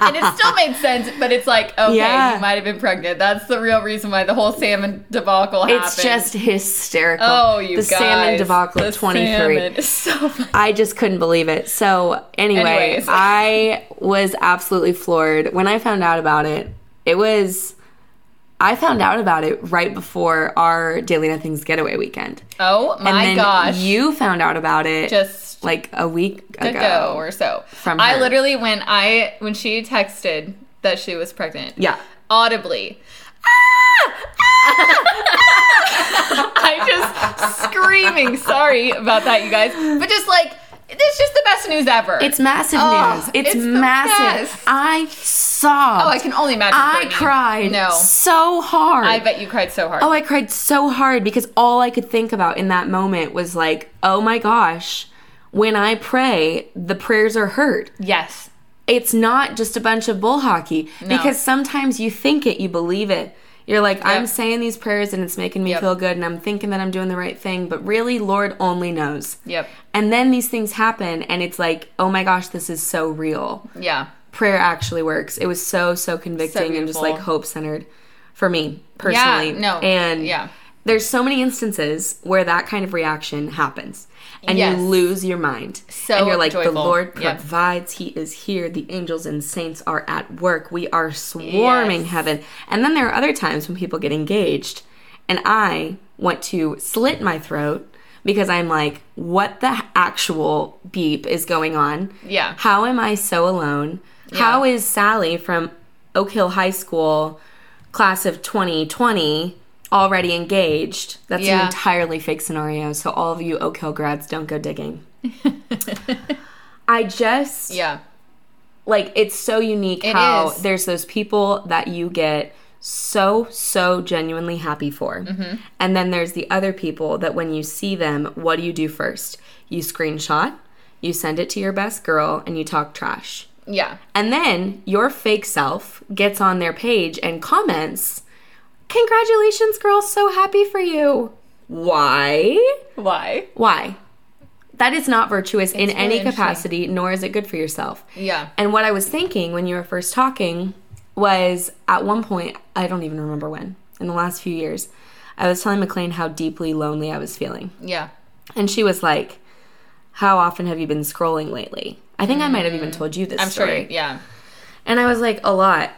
[SPEAKER 2] and it still made sense, but it's like, okay,
[SPEAKER 1] Yeah.
[SPEAKER 2] you might have been pregnant. That's the real reason why the whole salmon debacle happened.
[SPEAKER 1] It's just hysterical.
[SPEAKER 2] Oh, you
[SPEAKER 1] the
[SPEAKER 2] guys.
[SPEAKER 1] salmon debacle
[SPEAKER 2] The
[SPEAKER 1] of 23.
[SPEAKER 2] salmon is so funny.
[SPEAKER 1] I just couldn't believe it. So, anyway,
[SPEAKER 2] Anyways.
[SPEAKER 1] I was absolutely floored when I found out about it. It was I found out about it right before our Daily Nothings getaway weekend.
[SPEAKER 2] Oh
[SPEAKER 1] And
[SPEAKER 2] my
[SPEAKER 1] then
[SPEAKER 2] gosh.
[SPEAKER 1] you found out about it
[SPEAKER 2] just
[SPEAKER 1] like a week
[SPEAKER 2] a
[SPEAKER 1] ago.
[SPEAKER 2] go or so.
[SPEAKER 1] From
[SPEAKER 2] I
[SPEAKER 1] her.
[SPEAKER 2] literally when I when she texted that she was pregnant.
[SPEAKER 1] Yeah.
[SPEAKER 2] Audibly. Ah! I just screaming sorry about that you guys. But just like it's just the best news ever.
[SPEAKER 1] It's massive
[SPEAKER 2] Oh,
[SPEAKER 1] news. It's,
[SPEAKER 2] it's the
[SPEAKER 1] massive.
[SPEAKER 2] best.
[SPEAKER 1] I sobbed.
[SPEAKER 2] Oh, I can only imagine.
[SPEAKER 1] I
[SPEAKER 2] Courtney.
[SPEAKER 1] cried
[SPEAKER 2] No.
[SPEAKER 1] so hard.
[SPEAKER 2] I bet you cried so hard.
[SPEAKER 1] Oh, I cried so hard because all I could think about in that moment was like, oh my gosh, when I pray, the prayers are heard.
[SPEAKER 2] yes.
[SPEAKER 1] It's not just a bunch of bull hockey because sometimes you think it, you believe it. You're like, I'm
[SPEAKER 2] Yep.
[SPEAKER 1] saying these prayers and it's making me
[SPEAKER 2] Yep.
[SPEAKER 1] feel good and I'm thinking that I'm doing the right thing, but really, Lord only knows.
[SPEAKER 2] Yep.
[SPEAKER 1] And then these things happen and it's like, oh my gosh, this is so real
[SPEAKER 2] Yeah.
[SPEAKER 1] prayer actually works. It was so so convicting and just
[SPEAKER 2] beautiful.
[SPEAKER 1] like hope centered for me personally.
[SPEAKER 2] no,
[SPEAKER 1] and
[SPEAKER 2] yeah.
[SPEAKER 1] there's so many instances where that kind of reaction happens, and
[SPEAKER 2] Yes.
[SPEAKER 1] you lose your mind.
[SPEAKER 2] So
[SPEAKER 1] and you're like, the
[SPEAKER 2] joyful.
[SPEAKER 1] Lord
[SPEAKER 2] Yeah.
[SPEAKER 1] provides; He is here. The angels and saints are at work. We are swarming heaven. And then there are other times when people get engaged, and I want to slit my throat. Because I'm like, what the actual beep is going on?
[SPEAKER 2] Yeah.
[SPEAKER 1] How am I so alone? How is Sally from Oak Hill High School, class of 2020, already engaged? That's an
[SPEAKER 2] Yeah.
[SPEAKER 1] entirely fake scenario. So, all of you Oak Hill grads, don't go digging. I just,
[SPEAKER 2] Yeah.
[SPEAKER 1] like, it's so unique
[SPEAKER 2] It
[SPEAKER 1] how
[SPEAKER 2] is.
[SPEAKER 1] there's those people that you get so, so genuinely happy for.
[SPEAKER 2] Mm-hmm.
[SPEAKER 1] And then there's the other people that when you see them, what do you do first? You screenshot, you send it to your best girl, and you talk trash.
[SPEAKER 2] Yeah.
[SPEAKER 1] And then your fake self gets on their page and comments, Congratulations, girl, so happy for you. Why?
[SPEAKER 2] Why?
[SPEAKER 1] Why? That is not virtuous in
[SPEAKER 2] really
[SPEAKER 1] any
[SPEAKER 2] interesting.
[SPEAKER 1] capacity, nor is it good for yourself.
[SPEAKER 2] Yeah.
[SPEAKER 1] And what I was thinking when you were first talking was at one point, I don't even remember when, in the last few years, I was telling McLean how deeply lonely I was feeling.
[SPEAKER 2] Yeah.
[SPEAKER 1] And she was like, How often have you been scrolling lately? I think I might have even told you this
[SPEAKER 2] Mm. I'm
[SPEAKER 1] story.
[SPEAKER 2] sure. Yeah.
[SPEAKER 1] And I was like, a lot.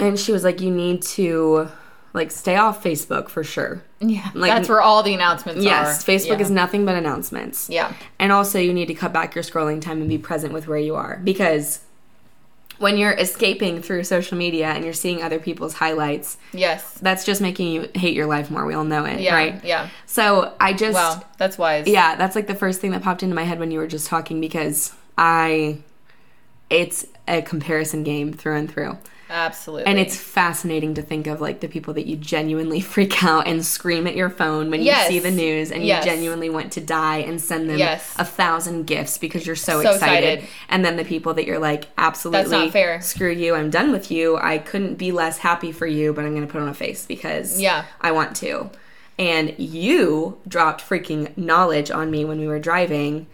[SPEAKER 1] And she was like, you need to like stay off Facebook for sure.
[SPEAKER 2] Yeah.
[SPEAKER 1] Like-
[SPEAKER 2] That's where all the announcements
[SPEAKER 1] Yes,
[SPEAKER 2] are.
[SPEAKER 1] Facebook
[SPEAKER 2] Yeah.
[SPEAKER 1] is nothing but announcements.
[SPEAKER 2] Yeah.
[SPEAKER 1] And also you need to cut back your scrolling time and be present with where you are because when you're escaping through social media and you're seeing other people's highlights,
[SPEAKER 2] Yes.
[SPEAKER 1] that's just making you hate your life more. We all know it,
[SPEAKER 2] Yeah.
[SPEAKER 1] right?
[SPEAKER 2] Yeah.
[SPEAKER 1] So I just
[SPEAKER 2] Wow. That's wise.
[SPEAKER 1] yeah, that's like the first thing that popped into my head when you were just talking because I it's a comparison game through and through.
[SPEAKER 2] Absolutely.
[SPEAKER 1] And it's fascinating to think of like the people that you genuinely freak out and scream at your phone when
[SPEAKER 2] Yes.
[SPEAKER 1] you see the news and
[SPEAKER 2] Yes.
[SPEAKER 1] you genuinely want to die and send them
[SPEAKER 2] Yes.
[SPEAKER 1] a thousand gifts because you're so,
[SPEAKER 2] So
[SPEAKER 1] excited.
[SPEAKER 2] excited.
[SPEAKER 1] And then the people that you're like, absolutely
[SPEAKER 2] fair.
[SPEAKER 1] screw you, I'm done with you. I couldn't be less happy for you, but I'm gonna put on a face because
[SPEAKER 2] Yeah.
[SPEAKER 1] I want to. And you dropped freaking knowledge on me when we were driving.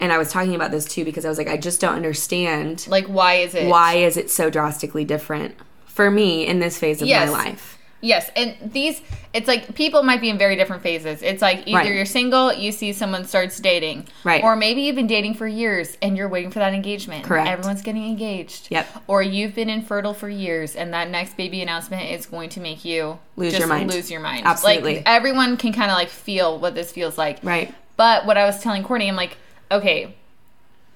[SPEAKER 1] And I was talking about this too because I was like, I just don't understand
[SPEAKER 2] like why is it
[SPEAKER 1] why is it so drastically different for me in this phase of
[SPEAKER 2] Yes.
[SPEAKER 1] my life?
[SPEAKER 2] Yes, and these it's like people might be in very different phases. It's like either
[SPEAKER 1] Right.
[SPEAKER 2] you're single, you see someone starts dating,
[SPEAKER 1] Right.
[SPEAKER 2] or maybe you've been dating for years and you're waiting for that engagement.
[SPEAKER 1] Correct.
[SPEAKER 2] Everyone's getting engaged.
[SPEAKER 1] Yep.
[SPEAKER 2] Or you've been infertile for years, and that next baby announcement is going to make you
[SPEAKER 1] Lose your
[SPEAKER 2] just
[SPEAKER 1] mind.
[SPEAKER 2] Lose your mind.
[SPEAKER 1] Absolutely.
[SPEAKER 2] Like everyone can kind of like feel what this feels like.
[SPEAKER 1] Right.
[SPEAKER 2] But what I was telling Courtney, I'm like, okay,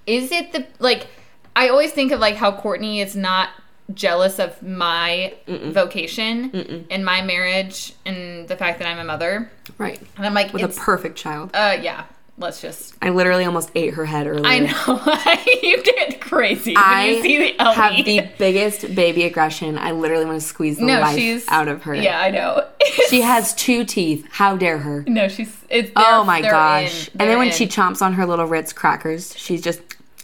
[SPEAKER 2] is it the like i always think of like how courtney is not jealous of my vocation and my marriage and the fact that i'm a mother
[SPEAKER 1] Right.
[SPEAKER 2] and i'm like
[SPEAKER 1] With
[SPEAKER 2] it's,
[SPEAKER 1] a perfect child.
[SPEAKER 2] uh yeah let's just
[SPEAKER 1] I literally almost ate her head earlier.
[SPEAKER 2] i know you get crazy
[SPEAKER 1] I
[SPEAKER 2] when you see the Ellie.
[SPEAKER 1] have the biggest baby aggression. I literally want to squeeze the
[SPEAKER 2] no
[SPEAKER 1] life
[SPEAKER 2] she's
[SPEAKER 1] out of her.
[SPEAKER 2] yeah i know
[SPEAKER 1] She has two teeth. How dare her?
[SPEAKER 2] no she's it's
[SPEAKER 1] Oh
[SPEAKER 2] they're-
[SPEAKER 1] my
[SPEAKER 2] they're
[SPEAKER 1] gosh.
[SPEAKER 2] in.
[SPEAKER 1] and
[SPEAKER 2] They're
[SPEAKER 1] then when
[SPEAKER 2] in.
[SPEAKER 1] she chomps on her little Ritz crackers, she's just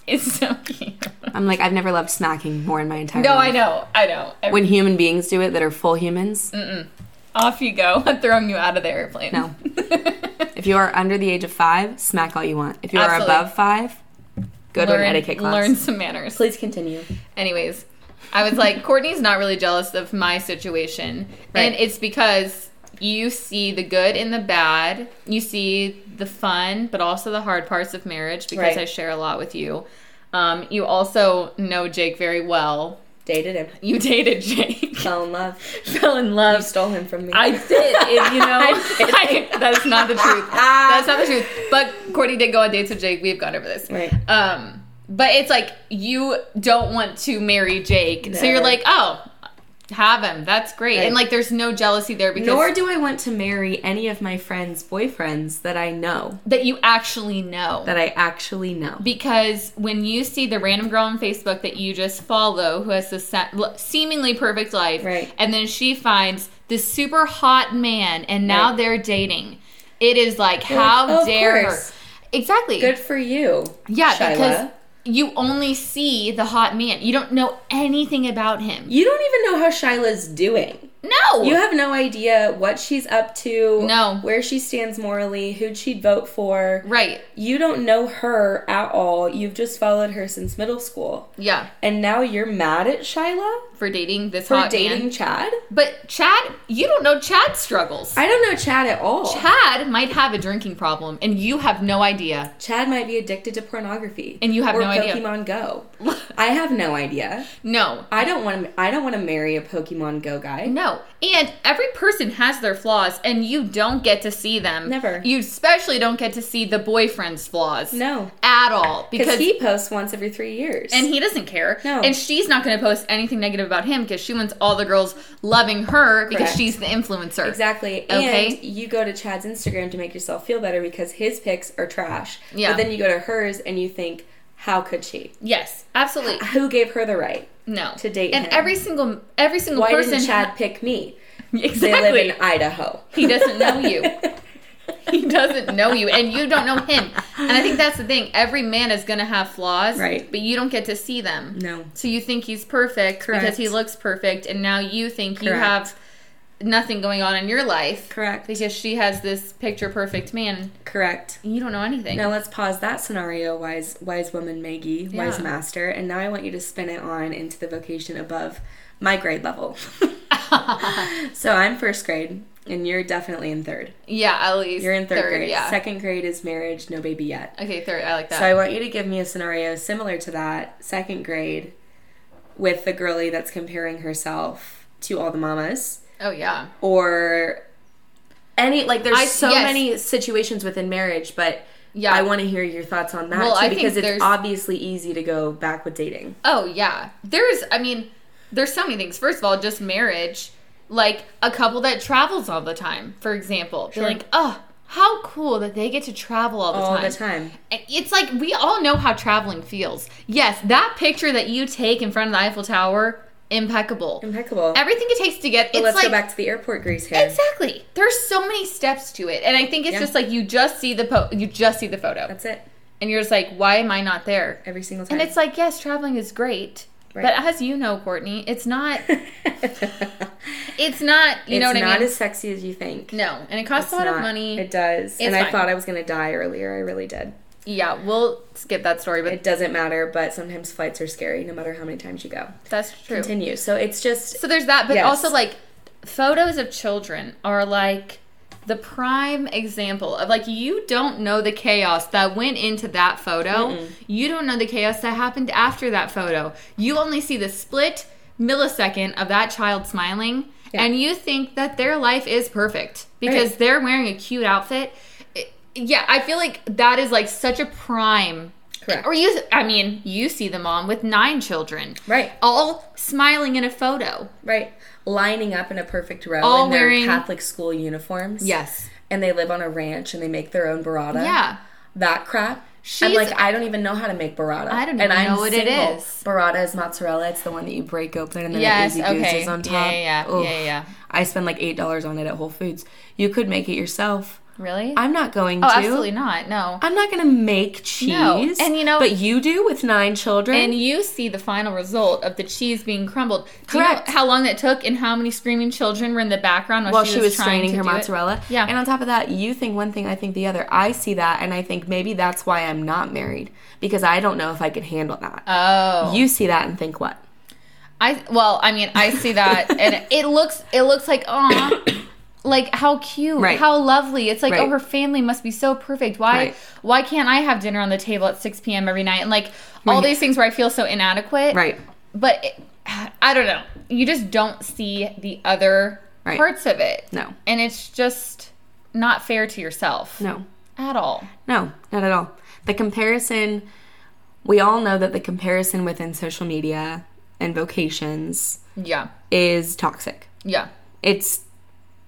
[SPEAKER 2] it's so cute
[SPEAKER 1] I'm like, I've never loved snacking more in my entire
[SPEAKER 2] no
[SPEAKER 1] life.
[SPEAKER 2] i know i know
[SPEAKER 1] When human beings do it that are full humans,
[SPEAKER 2] off you go i'm throwing you out of the airplane
[SPEAKER 1] No. If you are under the age of five, smack all you want. If you
[SPEAKER 2] Absolutely.
[SPEAKER 1] are above five, go to
[SPEAKER 2] learn,
[SPEAKER 1] an etiquette class.
[SPEAKER 2] learn some manners
[SPEAKER 1] Please continue.
[SPEAKER 2] Anyways, I was like, Courtney's not really jealous of my situation. And
[SPEAKER 1] Right.
[SPEAKER 2] it's because you see the good and the bad. You see the fun, but also the hard parts of marriage because
[SPEAKER 1] Right.
[SPEAKER 2] I share a lot with you. Um, you also know Jake very well.
[SPEAKER 1] Dated him.
[SPEAKER 2] You dated Jake,
[SPEAKER 1] Fell in love.
[SPEAKER 2] fell in love.
[SPEAKER 1] Stole him from me.
[SPEAKER 2] I did, and, you know. Ah. I- that's not the truth. That's not the truth. But Courtney did go on dates with Jake. We've gone over this.
[SPEAKER 1] Right.
[SPEAKER 2] Um, but it's like you don't want to marry Jake, so you're
[SPEAKER 1] Never.
[SPEAKER 2] like, oh, have him. That's great.
[SPEAKER 1] Right.
[SPEAKER 2] And like, there's no jealousy there because
[SPEAKER 1] Nor do I want to marry any of my friends' boyfriends that I know,
[SPEAKER 2] that you actually know.
[SPEAKER 1] that I actually know.
[SPEAKER 2] because when you see the random girl on Facebook that you just follow who has this se- l- seemingly perfect life,
[SPEAKER 1] Right.
[SPEAKER 2] and then she finds this super hot man and now
[SPEAKER 1] Right.
[SPEAKER 2] they're dating, it is like, how
[SPEAKER 1] like, "Oh, of
[SPEAKER 2] dare her?
[SPEAKER 1] course.
[SPEAKER 2] Exactly.
[SPEAKER 1] Good for you.
[SPEAKER 2] yeah,
[SPEAKER 1] Shyla.
[SPEAKER 2] because you only see the hot man. You don't know anything about him.
[SPEAKER 1] You don't even know how Shyla's doing.
[SPEAKER 2] no.
[SPEAKER 1] You have no idea what she's up to,
[SPEAKER 2] No.
[SPEAKER 1] where she stands morally, who'd she'd vote for.
[SPEAKER 2] right.
[SPEAKER 1] You don't know her at all. You've just followed her since middle school.
[SPEAKER 2] Yeah.
[SPEAKER 1] And now you're mad at Shyla
[SPEAKER 2] For dating this
[SPEAKER 1] for
[SPEAKER 2] hot
[SPEAKER 1] dating
[SPEAKER 2] man.
[SPEAKER 1] Chad?
[SPEAKER 2] But Chad, you don't know Chad's struggles.
[SPEAKER 1] I don't know Chad at all.
[SPEAKER 2] Chad might have a drinking problem and you have no idea.
[SPEAKER 1] Chad might be addicted to pornography.
[SPEAKER 2] And you have
[SPEAKER 1] or
[SPEAKER 2] no idea.
[SPEAKER 1] Pokemon Go. I have no idea.
[SPEAKER 2] No.
[SPEAKER 1] I don't want to I don't want to marry a Pokemon Go guy.
[SPEAKER 2] No. And every person has their flaws and you don't get to see them.
[SPEAKER 1] Never.
[SPEAKER 2] You especially don't get to see the boyfriend's flaws.
[SPEAKER 1] No.
[SPEAKER 2] At all.
[SPEAKER 1] Because
[SPEAKER 2] Because
[SPEAKER 1] he posts once every three years.
[SPEAKER 2] and he doesn't care.
[SPEAKER 1] No.
[SPEAKER 2] And she's not going to post anything negative about him because she wants all the girls loving her because
[SPEAKER 1] Correct.
[SPEAKER 2] she's the influencer.
[SPEAKER 1] Exactly.
[SPEAKER 2] Okay.
[SPEAKER 1] And you go to Chad's Instagram to make yourself feel better because his pics are trash.
[SPEAKER 2] Yeah.
[SPEAKER 1] But then you go to hers and you think, how could she?
[SPEAKER 2] Yes, absolutely.
[SPEAKER 1] Who gave her the right?
[SPEAKER 2] No.
[SPEAKER 1] To date
[SPEAKER 2] And
[SPEAKER 1] him.
[SPEAKER 2] every single every single
[SPEAKER 1] Why
[SPEAKER 2] person
[SPEAKER 1] didn't Chad pick me? They live
[SPEAKER 2] Exactly.
[SPEAKER 1] in Idaho.
[SPEAKER 2] He doesn't know you. he doesn't know you and you don't know him. And I think that's the thing. Every man is going to have flaws,
[SPEAKER 1] Right.
[SPEAKER 2] but you don't get to see them.
[SPEAKER 1] No.
[SPEAKER 2] So you think he's perfect because
[SPEAKER 1] Correct.
[SPEAKER 2] he looks perfect and now you think you
[SPEAKER 1] Correct.
[SPEAKER 2] have nothing going on in your life.
[SPEAKER 1] Correct.
[SPEAKER 2] Because she has this picture perfect man.
[SPEAKER 1] Correct.
[SPEAKER 2] and You don't know anything.
[SPEAKER 1] Now let's pause that scenario, wise wise woman Maggie, wise
[SPEAKER 2] Yeah.
[SPEAKER 1] master, and now I want you to spin it on into the vocation above my grade level. so I'm first grade, and you're definitely in third.
[SPEAKER 2] Yeah, at least.
[SPEAKER 1] You're in third, grade.
[SPEAKER 2] Yeah.
[SPEAKER 1] Second grade is marriage, no baby yet.
[SPEAKER 2] okay, third. I like that.
[SPEAKER 1] So I want you to give me a scenario similar to that, second grade, with the girly that's comparing herself to all the mamas
[SPEAKER 2] oh, yeah.
[SPEAKER 1] or any like there's
[SPEAKER 2] I-
[SPEAKER 1] so
[SPEAKER 2] yes.
[SPEAKER 1] many situations within marriage, but
[SPEAKER 2] Yeah.
[SPEAKER 1] I want to hear your thoughts on that
[SPEAKER 2] Well,
[SPEAKER 1] too,
[SPEAKER 2] I think
[SPEAKER 1] because
[SPEAKER 2] there's-
[SPEAKER 1] it's obviously easy to go back with dating.
[SPEAKER 2] Oh yeah. There's I mean, there's so many things. First of all, just marriage. Like a couple that travels all the time, for example. They're like, oh, how cool that they get to travel all the
[SPEAKER 1] All
[SPEAKER 2] time.
[SPEAKER 1] the time.
[SPEAKER 2] And It's like we all know how traveling feels. Yes, that picture that you take in front of the Eiffel Tower impeccable.
[SPEAKER 1] Impeccable.
[SPEAKER 2] Everything it takes to get
[SPEAKER 1] but
[SPEAKER 2] it's
[SPEAKER 1] let's
[SPEAKER 2] like
[SPEAKER 1] go back to the airport grease hair.
[SPEAKER 2] exactly. There's so many steps to it, and I think it's
[SPEAKER 1] Yeah.
[SPEAKER 2] just like you just see the po- you just see the photo,
[SPEAKER 1] That's it.
[SPEAKER 2] and you're just like, why am I not there?
[SPEAKER 1] Every single time.
[SPEAKER 2] And it's like, yes, traveling is great,
[SPEAKER 1] Right.
[SPEAKER 2] but as you know, Courtney, it's not. It's not. You know what
[SPEAKER 1] it's
[SPEAKER 2] I
[SPEAKER 1] not
[SPEAKER 2] mean?
[SPEAKER 1] as sexy as you think.
[SPEAKER 2] no, and it costs
[SPEAKER 1] It's
[SPEAKER 2] a lot of
[SPEAKER 1] not.
[SPEAKER 2] money.
[SPEAKER 1] It does. and I
[SPEAKER 2] fine.
[SPEAKER 1] thought I was gonna die earlier. I really did.
[SPEAKER 2] yeah, we'll skip that story, but
[SPEAKER 1] It doesn't matter, but sometimes flights are scary no matter how many times you go.
[SPEAKER 2] that's true.
[SPEAKER 1] Continue. So it's just
[SPEAKER 2] So there's that, but
[SPEAKER 1] Yes.
[SPEAKER 2] also like photos of children are like the prime example of like you don't know the chaos that went into that photo. You don't know the chaos that happened after that photo. You only see the split millisecond of that child smiling and you think that their life is perfect because
[SPEAKER 1] Right.
[SPEAKER 2] they're wearing a cute outfit. It- yeah, I feel like that is like such a prime
[SPEAKER 1] Correct.
[SPEAKER 2] Or you I mean, you see the mom with nine children.
[SPEAKER 1] Right.
[SPEAKER 2] All smiling in a photo.
[SPEAKER 1] right. Lining up in a perfect row
[SPEAKER 2] All
[SPEAKER 1] in their
[SPEAKER 2] wearing-
[SPEAKER 1] Catholic school uniforms.
[SPEAKER 2] Yes.
[SPEAKER 1] And they live on a ranch and they make their own burrata.
[SPEAKER 2] Yeah.
[SPEAKER 1] That crap.
[SPEAKER 2] She's-
[SPEAKER 1] I'm like, I don't even know how to make burrata.
[SPEAKER 2] I don't
[SPEAKER 1] and
[SPEAKER 2] even
[SPEAKER 1] I'm
[SPEAKER 2] know what it
[SPEAKER 1] single.
[SPEAKER 2] is.
[SPEAKER 1] Burrata is mozzarella. It's the one that you break open and then
[SPEAKER 2] Yes,
[SPEAKER 1] it easy
[SPEAKER 2] okay.
[SPEAKER 1] gooses on
[SPEAKER 2] Yeah,
[SPEAKER 1] top.
[SPEAKER 2] yeah, yeah.
[SPEAKER 1] Oof.
[SPEAKER 2] Yeah, yeah.
[SPEAKER 1] I spend like eight dollars on it at Whole Foods. You could make it yourself.
[SPEAKER 2] Really?
[SPEAKER 1] I'm not going
[SPEAKER 2] oh,
[SPEAKER 1] to.
[SPEAKER 2] absolutely not. No.
[SPEAKER 1] I'm not gonna make cheese.
[SPEAKER 2] No, and you know-
[SPEAKER 1] but you do with nine children.
[SPEAKER 2] and you see the final result of the cheese being crumbled. Do you know
[SPEAKER 1] Correct.
[SPEAKER 2] how long that took and how many screaming children were in the background while,
[SPEAKER 1] while she, was,
[SPEAKER 2] trying
[SPEAKER 1] straining
[SPEAKER 2] to
[SPEAKER 1] her
[SPEAKER 2] do it?
[SPEAKER 1] mozzarella.
[SPEAKER 2] Yeah.
[SPEAKER 1] And on top of that, you think one thing, I think the other. I see that, and I think maybe that's why I'm not married because I don't know if I could handle that.
[SPEAKER 2] Oh,
[SPEAKER 1] you see that and think what?
[SPEAKER 2] I well, I mean, I see that, and it looks it looks like oh, like how cute,
[SPEAKER 1] Right.
[SPEAKER 2] how lovely. It's like oh,
[SPEAKER 1] Right.
[SPEAKER 2] her family must be so perfect. Why
[SPEAKER 1] Right.
[SPEAKER 2] why can't I have dinner on the table at six p.m. every night? And like all
[SPEAKER 1] Right.
[SPEAKER 2] these things where I feel so inadequate.
[SPEAKER 1] Right.
[SPEAKER 2] but it, I don't know. You just don't see the other
[SPEAKER 1] Right.
[SPEAKER 2] parts of it.
[SPEAKER 1] No.
[SPEAKER 2] And it's just not fair to yourself
[SPEAKER 1] No.
[SPEAKER 2] at all.
[SPEAKER 1] No, not at all. The comparison, we all know that the comparison within social media and vocations
[SPEAKER 2] Yeah.
[SPEAKER 1] is toxic.
[SPEAKER 2] Yeah.
[SPEAKER 1] It's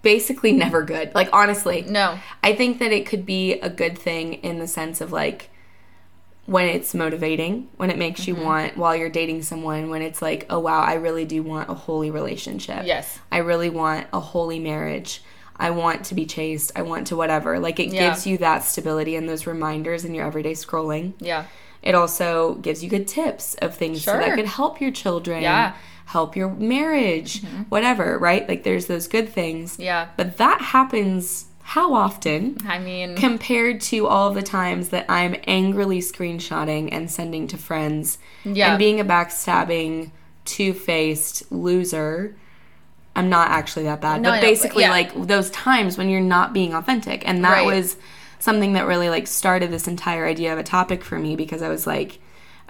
[SPEAKER 1] basically never good. Like, honestly.
[SPEAKER 2] No.
[SPEAKER 1] I think that it could be a good thing in the sense of like when it's motivating, when it makes
[SPEAKER 2] Mm-hmm.
[SPEAKER 1] you want while you're dating someone, when it's like, oh wow, I really do want a holy relationship.
[SPEAKER 2] Yes.
[SPEAKER 1] I really want a holy marriage. I want to be chaste. I want to whatever. Like it
[SPEAKER 2] Yeah.
[SPEAKER 1] gives you that stability and those reminders in your everyday scrolling.
[SPEAKER 2] Yeah.
[SPEAKER 1] It also gives you good tips of things
[SPEAKER 2] Sure.
[SPEAKER 1] that could help your children,
[SPEAKER 2] Yeah. Mm-hmm.
[SPEAKER 1] help your marriage, whatever, right? Like there's those good things.
[SPEAKER 2] Yeah.
[SPEAKER 1] But that happens how often
[SPEAKER 2] I mean,
[SPEAKER 1] compared to all the times that I'm angrily screenshotting and sending to friends
[SPEAKER 2] Yeah.
[SPEAKER 1] and being a backstabbing, two faced loser. I'm not actually that bad,
[SPEAKER 2] No, I
[SPEAKER 1] but
[SPEAKER 2] know, but
[SPEAKER 1] basically,
[SPEAKER 2] yeah.
[SPEAKER 1] like those times when you're not being authentic. And that
[SPEAKER 2] Right.
[SPEAKER 1] was something that really like started this entire idea of a topic for me because I was like,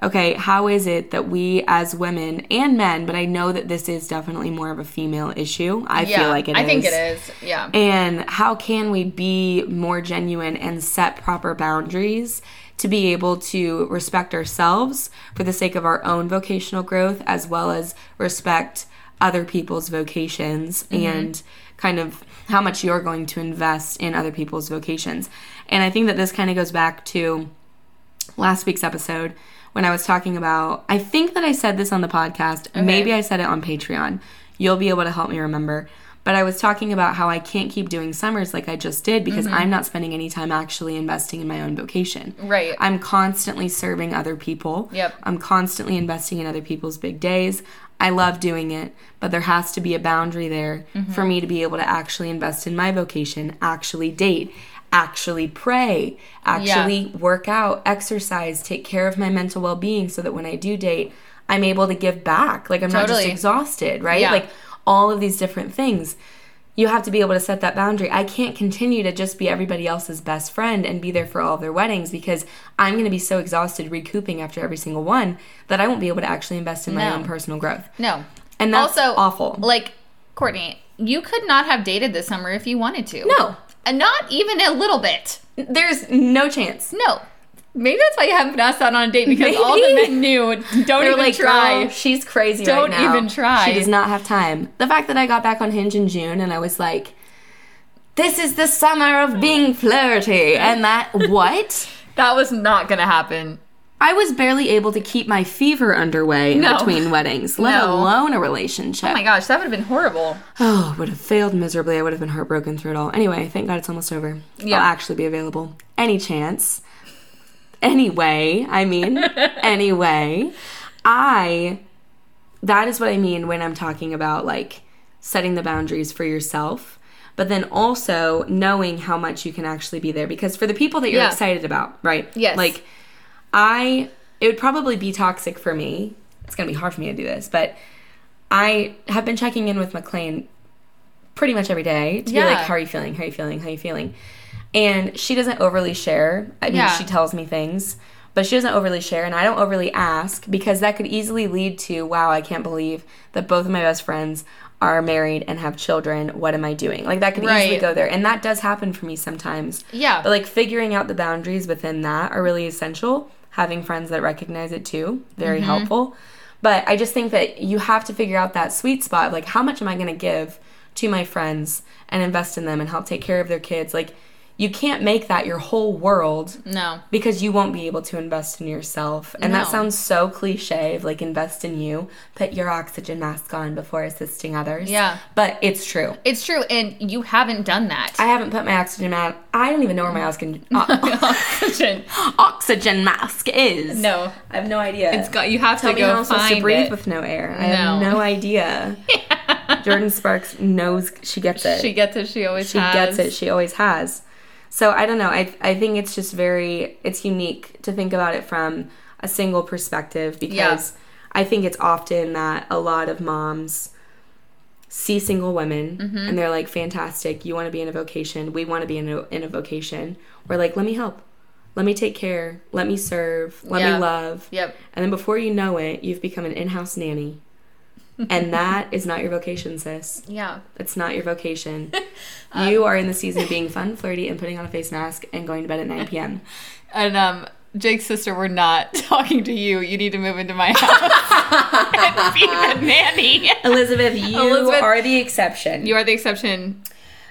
[SPEAKER 1] okay, how is it that we as women and men, but I know that this is definitely more of a female issue. I
[SPEAKER 2] yeah.
[SPEAKER 1] feel like it is
[SPEAKER 2] I think it is. Yeah.
[SPEAKER 1] and how can we be more genuine and set proper boundaries to be able to respect ourselves for the sake of our own vocational growth as well as respect other people's vocations and kind of how much you're going to invest in other people's vocations. And I think that this kind of goes back to last week's episode when I was talking about, I think that I said this on the podcast. Maybe I said it on Patreon. You'll be able to help me remember. But I was talking about how I can't keep doing summers like I just did because
[SPEAKER 2] Mm-hmm.
[SPEAKER 1] I'm not spending any time actually investing in my own vocation.
[SPEAKER 2] Right.
[SPEAKER 1] I'm constantly serving other people.
[SPEAKER 2] Yep.
[SPEAKER 1] I'm constantly investing in other people's big days. I love doing it, but there has to be a boundary there
[SPEAKER 2] Mm-hmm.
[SPEAKER 1] for me to be able to actually invest in my vocation, actually date, actually pray, actually work out, exercise, take care of my mental well being so that when I do date, I'm able to give back. Like I'm not just
[SPEAKER 2] Totally.
[SPEAKER 1] exhausted, right?
[SPEAKER 2] Yeah.
[SPEAKER 1] Like all of these different things. You have to be able to set that boundary. I can't continue to just be everybody else's best friend and be there for all of their weddings because I'm going to be so exhausted recouping after every single one that I won't be able to actually invest in my
[SPEAKER 2] No.
[SPEAKER 1] own personal growth.
[SPEAKER 2] no.
[SPEAKER 1] And that's awful.
[SPEAKER 2] Like, Courtney, you could not have dated this summer if you wanted to.
[SPEAKER 1] No.
[SPEAKER 2] And not even a little bit.
[SPEAKER 1] There's no chance.
[SPEAKER 2] No. Maybe that's why you haven't been asked out on a date because all the
[SPEAKER 1] Maybe.
[SPEAKER 2] men knew. Don't
[SPEAKER 1] They're
[SPEAKER 2] even
[SPEAKER 1] like,
[SPEAKER 2] try.
[SPEAKER 1] "Girl, she's crazy.
[SPEAKER 2] Don't
[SPEAKER 1] right now.
[SPEAKER 2] even try."
[SPEAKER 1] She does not have time. The fact that I got back on Hinge in June and I was like, "This is the summer of being flirty," and that what?
[SPEAKER 2] That was not going to happen.
[SPEAKER 1] I was barely able to keep my fever underway in
[SPEAKER 2] No.
[SPEAKER 1] between weddings, let
[SPEAKER 2] No.
[SPEAKER 1] alone a relationship.
[SPEAKER 2] Oh my gosh, that would have been horrible.
[SPEAKER 1] Oh, would have failed miserably. I would have been heartbroken through it all. Anyway, thank God it's almost over.
[SPEAKER 2] Yeah.
[SPEAKER 1] I'll actually be available. Any chance. Anyway, I mean, anyway, I. That is what I mean when I'm talking about like setting the boundaries for yourself, but then also knowing how much you can actually be there. Because for the people that you're
[SPEAKER 2] Yeah.
[SPEAKER 1] excited about, right?
[SPEAKER 2] Yes.
[SPEAKER 1] Like, I. It would probably be toxic for me. It's going to be hard for me to do this, but I have been checking in with McLean pretty much every day to
[SPEAKER 2] Yeah.
[SPEAKER 1] be like, how are you feeling? How are you feeling? How are you feeling? And she doesn't overly share. I mean,
[SPEAKER 2] Yeah.
[SPEAKER 1] she tells me things, but she doesn't overly share, and I don't overly ask because that could easily lead to, wow, I can't believe that both of my best friends are married and have children. What am I doing? Like, that could easily
[SPEAKER 2] Right.
[SPEAKER 1] go there. And that does happen for me sometimes.
[SPEAKER 2] Yeah.
[SPEAKER 1] But like figuring out the boundaries within that are really essential. Having friends that recognize it too,
[SPEAKER 2] Mm-hmm.
[SPEAKER 1] very helpful. But I just think that you have to figure out that sweet spot of like how much am I going to give to my friends and invest in them and help take care of their kids? Like you can't make that your whole world
[SPEAKER 2] No.
[SPEAKER 1] because you won't be able to invest in yourself. And that
[SPEAKER 2] No.
[SPEAKER 1] sounds so cliche of like invest in you, put your oxygen mask on before assisting others.
[SPEAKER 2] Yeah.
[SPEAKER 1] But it's true.
[SPEAKER 2] It's true, and you haven't done that.
[SPEAKER 1] I haven't put my oxygen mask. I don't even know where my oxygen uh,
[SPEAKER 2] Oxygen.
[SPEAKER 1] oxygen mask is.
[SPEAKER 2] no.
[SPEAKER 1] I have no idea.
[SPEAKER 2] It's got you have
[SPEAKER 1] Tell
[SPEAKER 2] to
[SPEAKER 1] me how
[SPEAKER 2] go
[SPEAKER 1] I'm supposed
[SPEAKER 2] find
[SPEAKER 1] to breathe
[SPEAKER 2] it.
[SPEAKER 1] with no air. I have
[SPEAKER 2] No.
[SPEAKER 1] no idea. Jordan Sparks knows she gets it.
[SPEAKER 2] She gets it. She always
[SPEAKER 1] She
[SPEAKER 2] has.
[SPEAKER 1] gets it. She always has. So I don't know. I I think it's just very it's unique to think about it from a single perspective because I think it's often that a lot of moms see single women
[SPEAKER 2] Mm-hmm.
[SPEAKER 1] and they're like, "Fantastic! You want to be in a vocation? We want to be in a in a vocation." We're like, "Let me help. Let me take care. Let me serve. Let
[SPEAKER 2] Yeah.
[SPEAKER 1] me love."
[SPEAKER 2] Yep.
[SPEAKER 1] And then before you know it, you've become an in-house nanny, and that is not your vocation, sis.
[SPEAKER 2] Yeah.
[SPEAKER 1] It's not your vocation. you are in the season of being fun, flirty, and putting on a face mask and going to bed at 9 p.m.
[SPEAKER 2] And um, Jake's sister, we're not talking to you. You need to move into my house and be the nanny.
[SPEAKER 1] Elizabeth, you
[SPEAKER 2] Elizabeth-
[SPEAKER 1] are the exception.
[SPEAKER 2] You are the exception.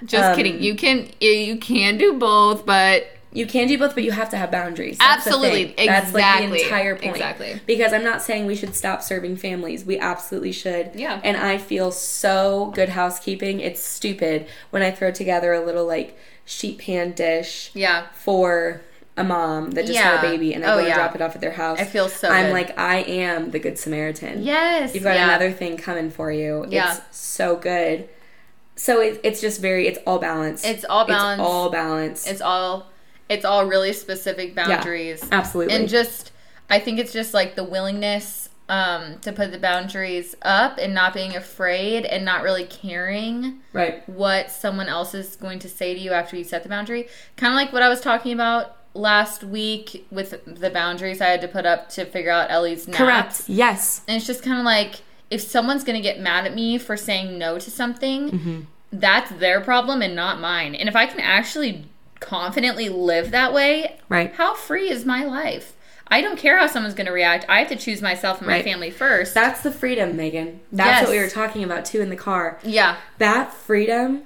[SPEAKER 2] Just kidding. You can you can do both, but
[SPEAKER 1] you can do both, but you have to have boundaries. That's the
[SPEAKER 2] Absolutely.
[SPEAKER 1] thing. That's like the
[SPEAKER 2] Exactly.
[SPEAKER 1] entire point.
[SPEAKER 2] Exactly.
[SPEAKER 1] Because I'm not saying we should stop serving families. We absolutely should.
[SPEAKER 2] Yeah.
[SPEAKER 1] And I feel so good housekeeping. It's stupid when I throw together a little like sheet pan dish.
[SPEAKER 2] Yeah.
[SPEAKER 1] For a mom that just had a
[SPEAKER 2] Yeah.
[SPEAKER 1] baby and I
[SPEAKER 2] Oh,
[SPEAKER 1] go and
[SPEAKER 2] yeah.
[SPEAKER 1] drop it off at their house.
[SPEAKER 2] I feel so
[SPEAKER 1] I'm
[SPEAKER 2] good.
[SPEAKER 1] like I am the good Samaritan.
[SPEAKER 2] yes,
[SPEAKER 1] You've got
[SPEAKER 2] yeah.
[SPEAKER 1] another thing coming for you.
[SPEAKER 2] Yeah.
[SPEAKER 1] It's so good. So it, it's just very, it's all balance.
[SPEAKER 2] It's all balance.
[SPEAKER 1] It's all balance.
[SPEAKER 2] It's all it's all really specific boundaries.
[SPEAKER 1] Absolutely.
[SPEAKER 2] and just i think it's just like the willingness um to put the boundaries up and not being afraid and not really caring
[SPEAKER 1] right.
[SPEAKER 2] what someone else is going to say to you after you set the boundary kind of like what i was talking about last week with the boundaries i had to put up to figure out ellie's nap.
[SPEAKER 1] Correct. Yes.
[SPEAKER 2] and it's just kind of like if someone's going to get mad at me for saying no to something
[SPEAKER 1] Mm-hmm.
[SPEAKER 2] that's their problem and not mine and if i can actually confidently live that way
[SPEAKER 1] Right.
[SPEAKER 2] how free is my life? I don't care how someone's going to react. I have to choose myself and my
[SPEAKER 1] Right.
[SPEAKER 2] family first.
[SPEAKER 1] That's the freedom, Megan. That's
[SPEAKER 2] Yes.
[SPEAKER 1] what we were talking about too in the car.
[SPEAKER 2] yeah.
[SPEAKER 1] That freedom,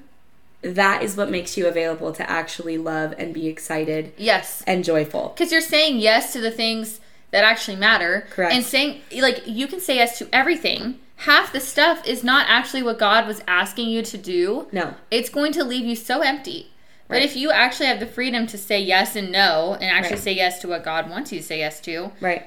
[SPEAKER 1] that is what makes you available to actually love and be excited
[SPEAKER 2] Yes.
[SPEAKER 1] and joyful.
[SPEAKER 2] Because you're saying yes to the things that actually matter.
[SPEAKER 1] Correct.
[SPEAKER 2] And saying, like, you can say yes to everything. Half the stuff is not actually what God was asking you to do.
[SPEAKER 1] No.
[SPEAKER 2] It's going to leave you so empty. But
[SPEAKER 1] Right.
[SPEAKER 2] if you actually have the freedom to say yes and no and actually
[SPEAKER 1] Right.
[SPEAKER 2] say yes to what God wants you to say yes to,
[SPEAKER 1] Right.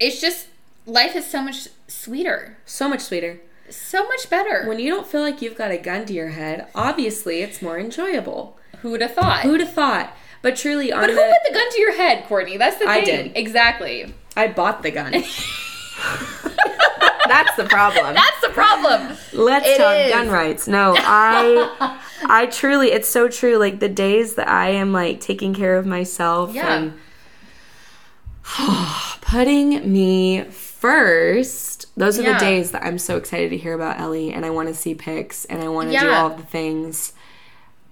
[SPEAKER 2] it's just life is so much sweeter,
[SPEAKER 1] So much sweeter.
[SPEAKER 2] so much better.
[SPEAKER 1] When you don't feel like you've got a gun to your head, obviously it's more enjoyable.
[SPEAKER 2] Who'd have thought?
[SPEAKER 1] Who'd have thought? But truly, on
[SPEAKER 2] But who
[SPEAKER 1] the,
[SPEAKER 2] put the gun to your head, Courtney? That's the thing.
[SPEAKER 1] I did.
[SPEAKER 2] Exactly.
[SPEAKER 1] I bought the gun. That's the problem.
[SPEAKER 2] That's the problem.
[SPEAKER 1] Let's
[SPEAKER 2] It
[SPEAKER 1] talk
[SPEAKER 2] is.
[SPEAKER 1] gun rights. No, I I truly it's so true like the days that I am like taking care of myself
[SPEAKER 2] Yeah.
[SPEAKER 1] and putting me first. Those are
[SPEAKER 2] Yeah.
[SPEAKER 1] the days that I'm so excited to hear about Ellie and I want to see pics and I want to do
[SPEAKER 2] Yeah.
[SPEAKER 1] all the things.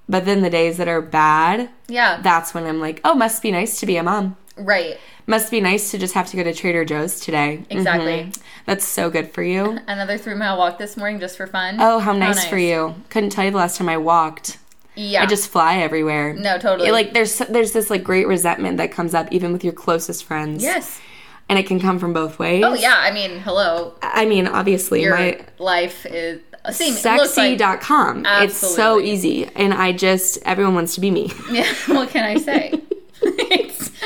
[SPEAKER 1] But then the days that are bad,
[SPEAKER 2] Yeah.
[SPEAKER 1] that's when I'm like, "Oh, must be nice to be a mom."
[SPEAKER 2] right.
[SPEAKER 1] Must be nice to just have to go to Trader Joe's today.
[SPEAKER 2] Exactly.
[SPEAKER 1] Mhm. That's so good for you.
[SPEAKER 2] Another three mile walk this morning just for fun.
[SPEAKER 1] Oh, how nice, for you. Couldn't tell you the last time I walked.
[SPEAKER 2] Yeah.
[SPEAKER 1] I just fly everywhere.
[SPEAKER 2] No, totally.
[SPEAKER 1] It, like there's there's this like great resentment that comes up even with your closest friends.
[SPEAKER 2] yes.
[SPEAKER 1] and it can come from both ways.
[SPEAKER 2] Oh yeah, I mean, hello.
[SPEAKER 1] I mean, obviously,
[SPEAKER 2] Your
[SPEAKER 1] my
[SPEAKER 2] life is same. it looks like-
[SPEAKER 1] sexy.com. it's so
[SPEAKER 2] Absolutely.
[SPEAKER 1] easy. And I just, everyone wants to be me.
[SPEAKER 2] Yeah, what can I say? It's-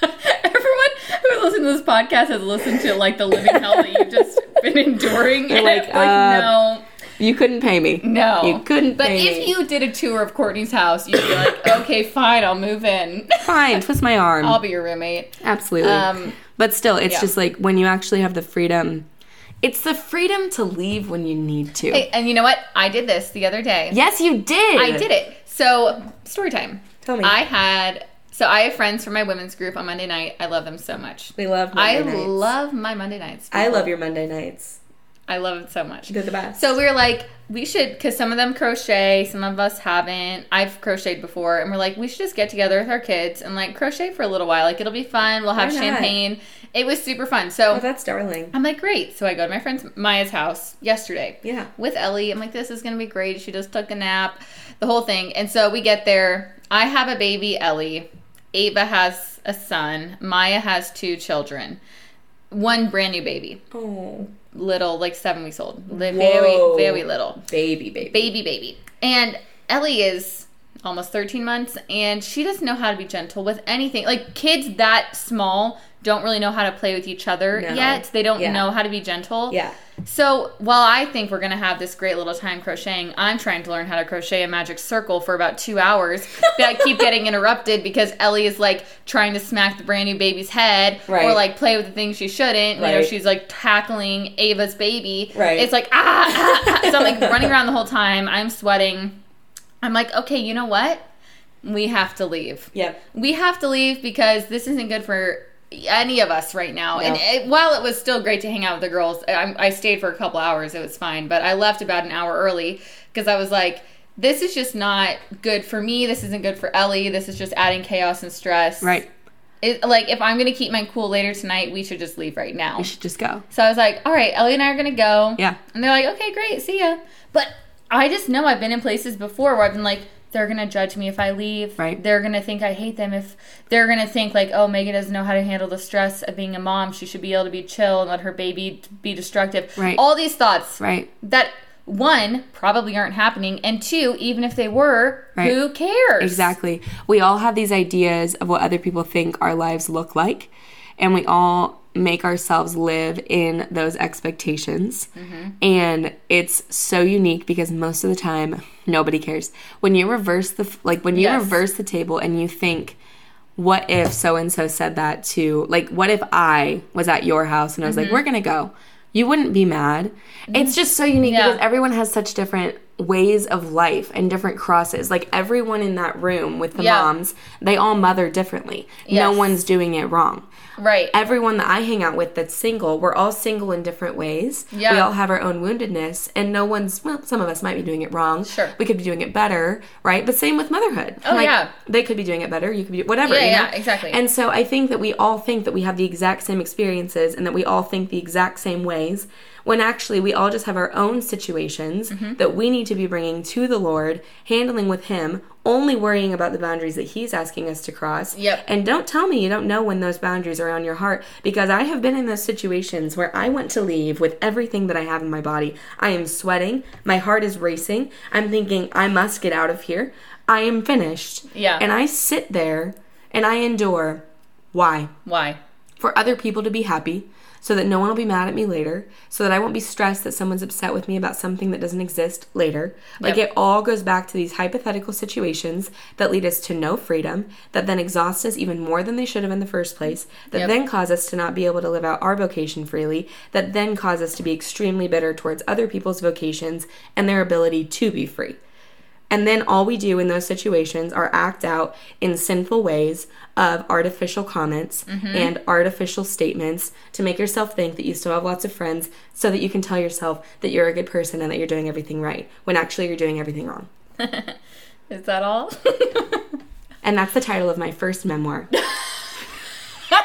[SPEAKER 2] everyone who listens to this podcast has listened to like the living hell that you've just been enduring. And
[SPEAKER 1] like,
[SPEAKER 2] like,
[SPEAKER 1] uh,
[SPEAKER 2] no,
[SPEAKER 1] You couldn't pay me.
[SPEAKER 2] no,
[SPEAKER 1] You couldn't
[SPEAKER 2] But
[SPEAKER 1] pay
[SPEAKER 2] if
[SPEAKER 1] me.
[SPEAKER 2] you did a tour of Courtney's house, you'd be like, okay, fine, I'll move in.
[SPEAKER 1] Fine, twist my arm.
[SPEAKER 2] I'll be your roommate.
[SPEAKER 1] Absolutely.
[SPEAKER 2] Um,
[SPEAKER 1] but still, it's
[SPEAKER 2] yeah.
[SPEAKER 1] just like when you actually have the freedom, it's the freedom to leave when you need to.
[SPEAKER 2] Hey, and you know what? I did this the other day.
[SPEAKER 1] yes, you did.
[SPEAKER 2] I did it. So, story time.
[SPEAKER 1] Tell me.
[SPEAKER 2] I had so I have friends from my women's group on Monday night. I love them so much.
[SPEAKER 1] We love
[SPEAKER 2] I
[SPEAKER 1] Monday nights.
[SPEAKER 2] love my Monday nights.
[SPEAKER 1] I love your Monday nights.
[SPEAKER 2] I love it so much.
[SPEAKER 1] They're the best.
[SPEAKER 2] So we were like, we should, because some of them crochet, some of us haven't. I've crocheted before, and we're like, we should just get together with our kids and like crochet for a little while. Like it'll be fun. We'll have
[SPEAKER 1] Why not?
[SPEAKER 2] champagne. It was super fun. So
[SPEAKER 1] oh, that's darling.
[SPEAKER 2] I'm like, great. So I go to my friend Maya's house yesterday.
[SPEAKER 1] Yeah.
[SPEAKER 2] With Ellie. I'm like, this is going to be great. She just took a nap, the whole thing. And so we get there. I have a baby, Ellie. Ava has a son. Maya has two children. One brand new baby,
[SPEAKER 1] Oh,
[SPEAKER 2] little, like seven weeks old. Li- Very,
[SPEAKER 1] Whoa.
[SPEAKER 2] very little.
[SPEAKER 1] baby, baby.
[SPEAKER 2] Baby, baby. And Ellie is almost 13 months and she doesn't know how to be gentle with anything. Like, kids that small don't really know how to play with each other
[SPEAKER 1] No.
[SPEAKER 2] yet. They don't
[SPEAKER 1] Yeah.
[SPEAKER 2] know how to be gentle.
[SPEAKER 1] yeah.
[SPEAKER 2] So while I think we're gonna have this great little time crocheting, I'm trying to learn how to crochet a magic circle for about two hours. that I keep getting interrupted because Ellie is like trying to smack the brand new baby's head or
[SPEAKER 1] Right.
[SPEAKER 2] like play with the thing she shouldn't. You know,
[SPEAKER 1] Right.
[SPEAKER 2] she's like tackling Ava's baby.
[SPEAKER 1] Right.
[SPEAKER 2] It's like ah, ah, ah. so I'm like running around the whole time. I'm sweating. I'm like, okay, you know what? We have to leave
[SPEAKER 1] Yep.
[SPEAKER 2] we have to leave because this isn't good for any of us right now. And
[SPEAKER 1] No.
[SPEAKER 2] it, while it was still great to hang out with the girls, I, I stayed for a couple hours. It was fine, but I left about an hour early because I was like, "This is just not good for me. This isn't good for Ellie. This is just adding chaos and stress."
[SPEAKER 1] Right.
[SPEAKER 2] It, like if I'm gonna keep my cool later tonight, we should just leave right now.
[SPEAKER 1] You should just go.
[SPEAKER 2] So I was like, "All right, Ellie and I are gonna go."
[SPEAKER 1] Yeah.
[SPEAKER 2] And they're like, okay, great, see ya. But I just know I've been in places before where I've been like, they're gonna judge me if I leave.
[SPEAKER 1] Right.
[SPEAKER 2] They're gonna think I hate them if they're gonna think like, oh, Megan doesn't know how to handle the stress of being a mom. She should be able to be chill and let her baby t- be destructive.
[SPEAKER 1] Right.
[SPEAKER 2] All these thoughts
[SPEAKER 1] Right.
[SPEAKER 2] that one probably aren't happening, and two, even if they were, who cares?
[SPEAKER 1] Exactly. We all have these ideas of what other people think our lives look like, and we all make ourselves live in those expectations. And it's so unique because most of the time nobody cares. When you reverse the f- like when you
[SPEAKER 2] Yes.
[SPEAKER 1] reverse the table and you think what if so and so said that to like what if I was at your house and I was
[SPEAKER 2] Mm-hmm.
[SPEAKER 1] like we're going to go. You wouldn't be mad. It's just so unique
[SPEAKER 2] Yeah.
[SPEAKER 1] because everyone has such different ways of life and different crosses. Like everyone in that room with the
[SPEAKER 2] Yeah.
[SPEAKER 1] moms, they all mother differently. No
[SPEAKER 2] Yes.
[SPEAKER 1] one's doing it wrong.
[SPEAKER 2] Right.
[SPEAKER 1] Everyone that I hang out with that's single, we're all single in different ways. We
[SPEAKER 2] Yeah.
[SPEAKER 1] all have our own woundedness, and no one's, well, some of us might be doing it wrong.
[SPEAKER 2] Sure.
[SPEAKER 1] We could be doing it better, right? But same with motherhood. Oh,
[SPEAKER 2] yeah.
[SPEAKER 1] They could be doing it better. You could be, whatever.
[SPEAKER 2] Yeah,
[SPEAKER 1] you know?
[SPEAKER 2] yeah, exactly.
[SPEAKER 1] And so I think that we all think that we have the exact same experiences and that we all think the exact same ways when actually we all just have our own situations
[SPEAKER 2] Mm-hmm.
[SPEAKER 1] that we need to be bringing to the Lord, handling with Him, only worrying about the boundaries that He's asking us to cross.
[SPEAKER 2] Yep.
[SPEAKER 1] And don't tell me you don't know when those boundaries are on your heart because I have been in those situations where I want to leave with everything that I have in my body. I am sweating, my heart is racing, I'm thinking, I must get out of here. I am finished.
[SPEAKER 2] Yeah.
[SPEAKER 1] And I sit there and I endure. Why?
[SPEAKER 2] Why?
[SPEAKER 1] For other people to be happy, so that no one will be mad at me later, so that I won't be stressed that someone's upset with me about something that doesn't exist later. Like
[SPEAKER 2] Yep.
[SPEAKER 1] it all goes back to these hypothetical situations that lead us to no freedom, that then exhaust us even more than they should have in the first place, that
[SPEAKER 2] Yep.
[SPEAKER 1] then cause us to not be able to live out our vocation freely, that then cause us to be extremely bitter towards other people's vocations and their ability to be free. And then all we do in those situations are act out in sinful ways of artificial comments and artificial statements to make yourself think that you still have lots of friends so that you can tell yourself that you're a good person and that you're doing everything right when actually you're doing everything wrong.
[SPEAKER 2] Is that all?
[SPEAKER 1] And that's the title of my first memoir.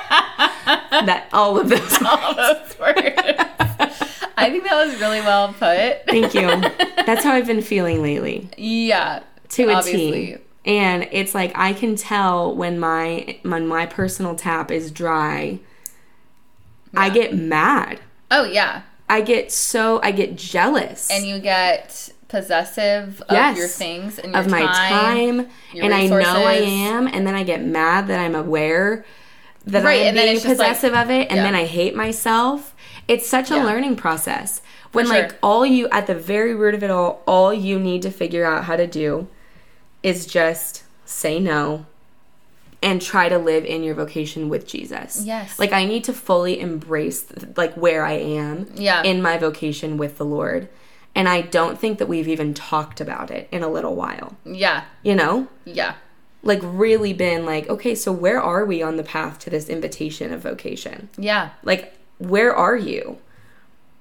[SPEAKER 1] that all of those.
[SPEAKER 2] all those words. I think that was really well put.
[SPEAKER 1] Thank you. That's how I've been feeling lately.
[SPEAKER 2] Yeah.
[SPEAKER 1] to a T.
[SPEAKER 2] obviously.
[SPEAKER 1] And it's like I can tell when my when my personal tap is dry I get mad.
[SPEAKER 2] Oh yeah,
[SPEAKER 1] I get so I get jealous
[SPEAKER 2] and you get possessive of
[SPEAKER 1] Yes.
[SPEAKER 2] your things and your
[SPEAKER 1] of my time,
[SPEAKER 2] your
[SPEAKER 1] and I know I
[SPEAKER 2] resources.
[SPEAKER 1] am, and then I get mad that I'm aware that
[SPEAKER 2] Right,
[SPEAKER 1] I'm
[SPEAKER 2] and then
[SPEAKER 1] being
[SPEAKER 2] it's just like-
[SPEAKER 1] possessive of it, and
[SPEAKER 2] yeah.
[SPEAKER 1] then I hate myself. It's such a learning process when,
[SPEAKER 2] sure.
[SPEAKER 1] like, all you at the very root of it all, all you need to figure out how to do is just say no and try to live in your vocation with Jesus.
[SPEAKER 2] Yes.
[SPEAKER 1] Like I need to fully embrace like where I am
[SPEAKER 2] Yeah.
[SPEAKER 1] in my vocation with the Lord. And I don't think that we've even talked about it in a little while.
[SPEAKER 2] Yeah,
[SPEAKER 1] You know?
[SPEAKER 2] yeah,
[SPEAKER 1] Like really been like, okay, so where are we on the path to this invitation of vocation?
[SPEAKER 2] yeah.
[SPEAKER 1] Like where are you?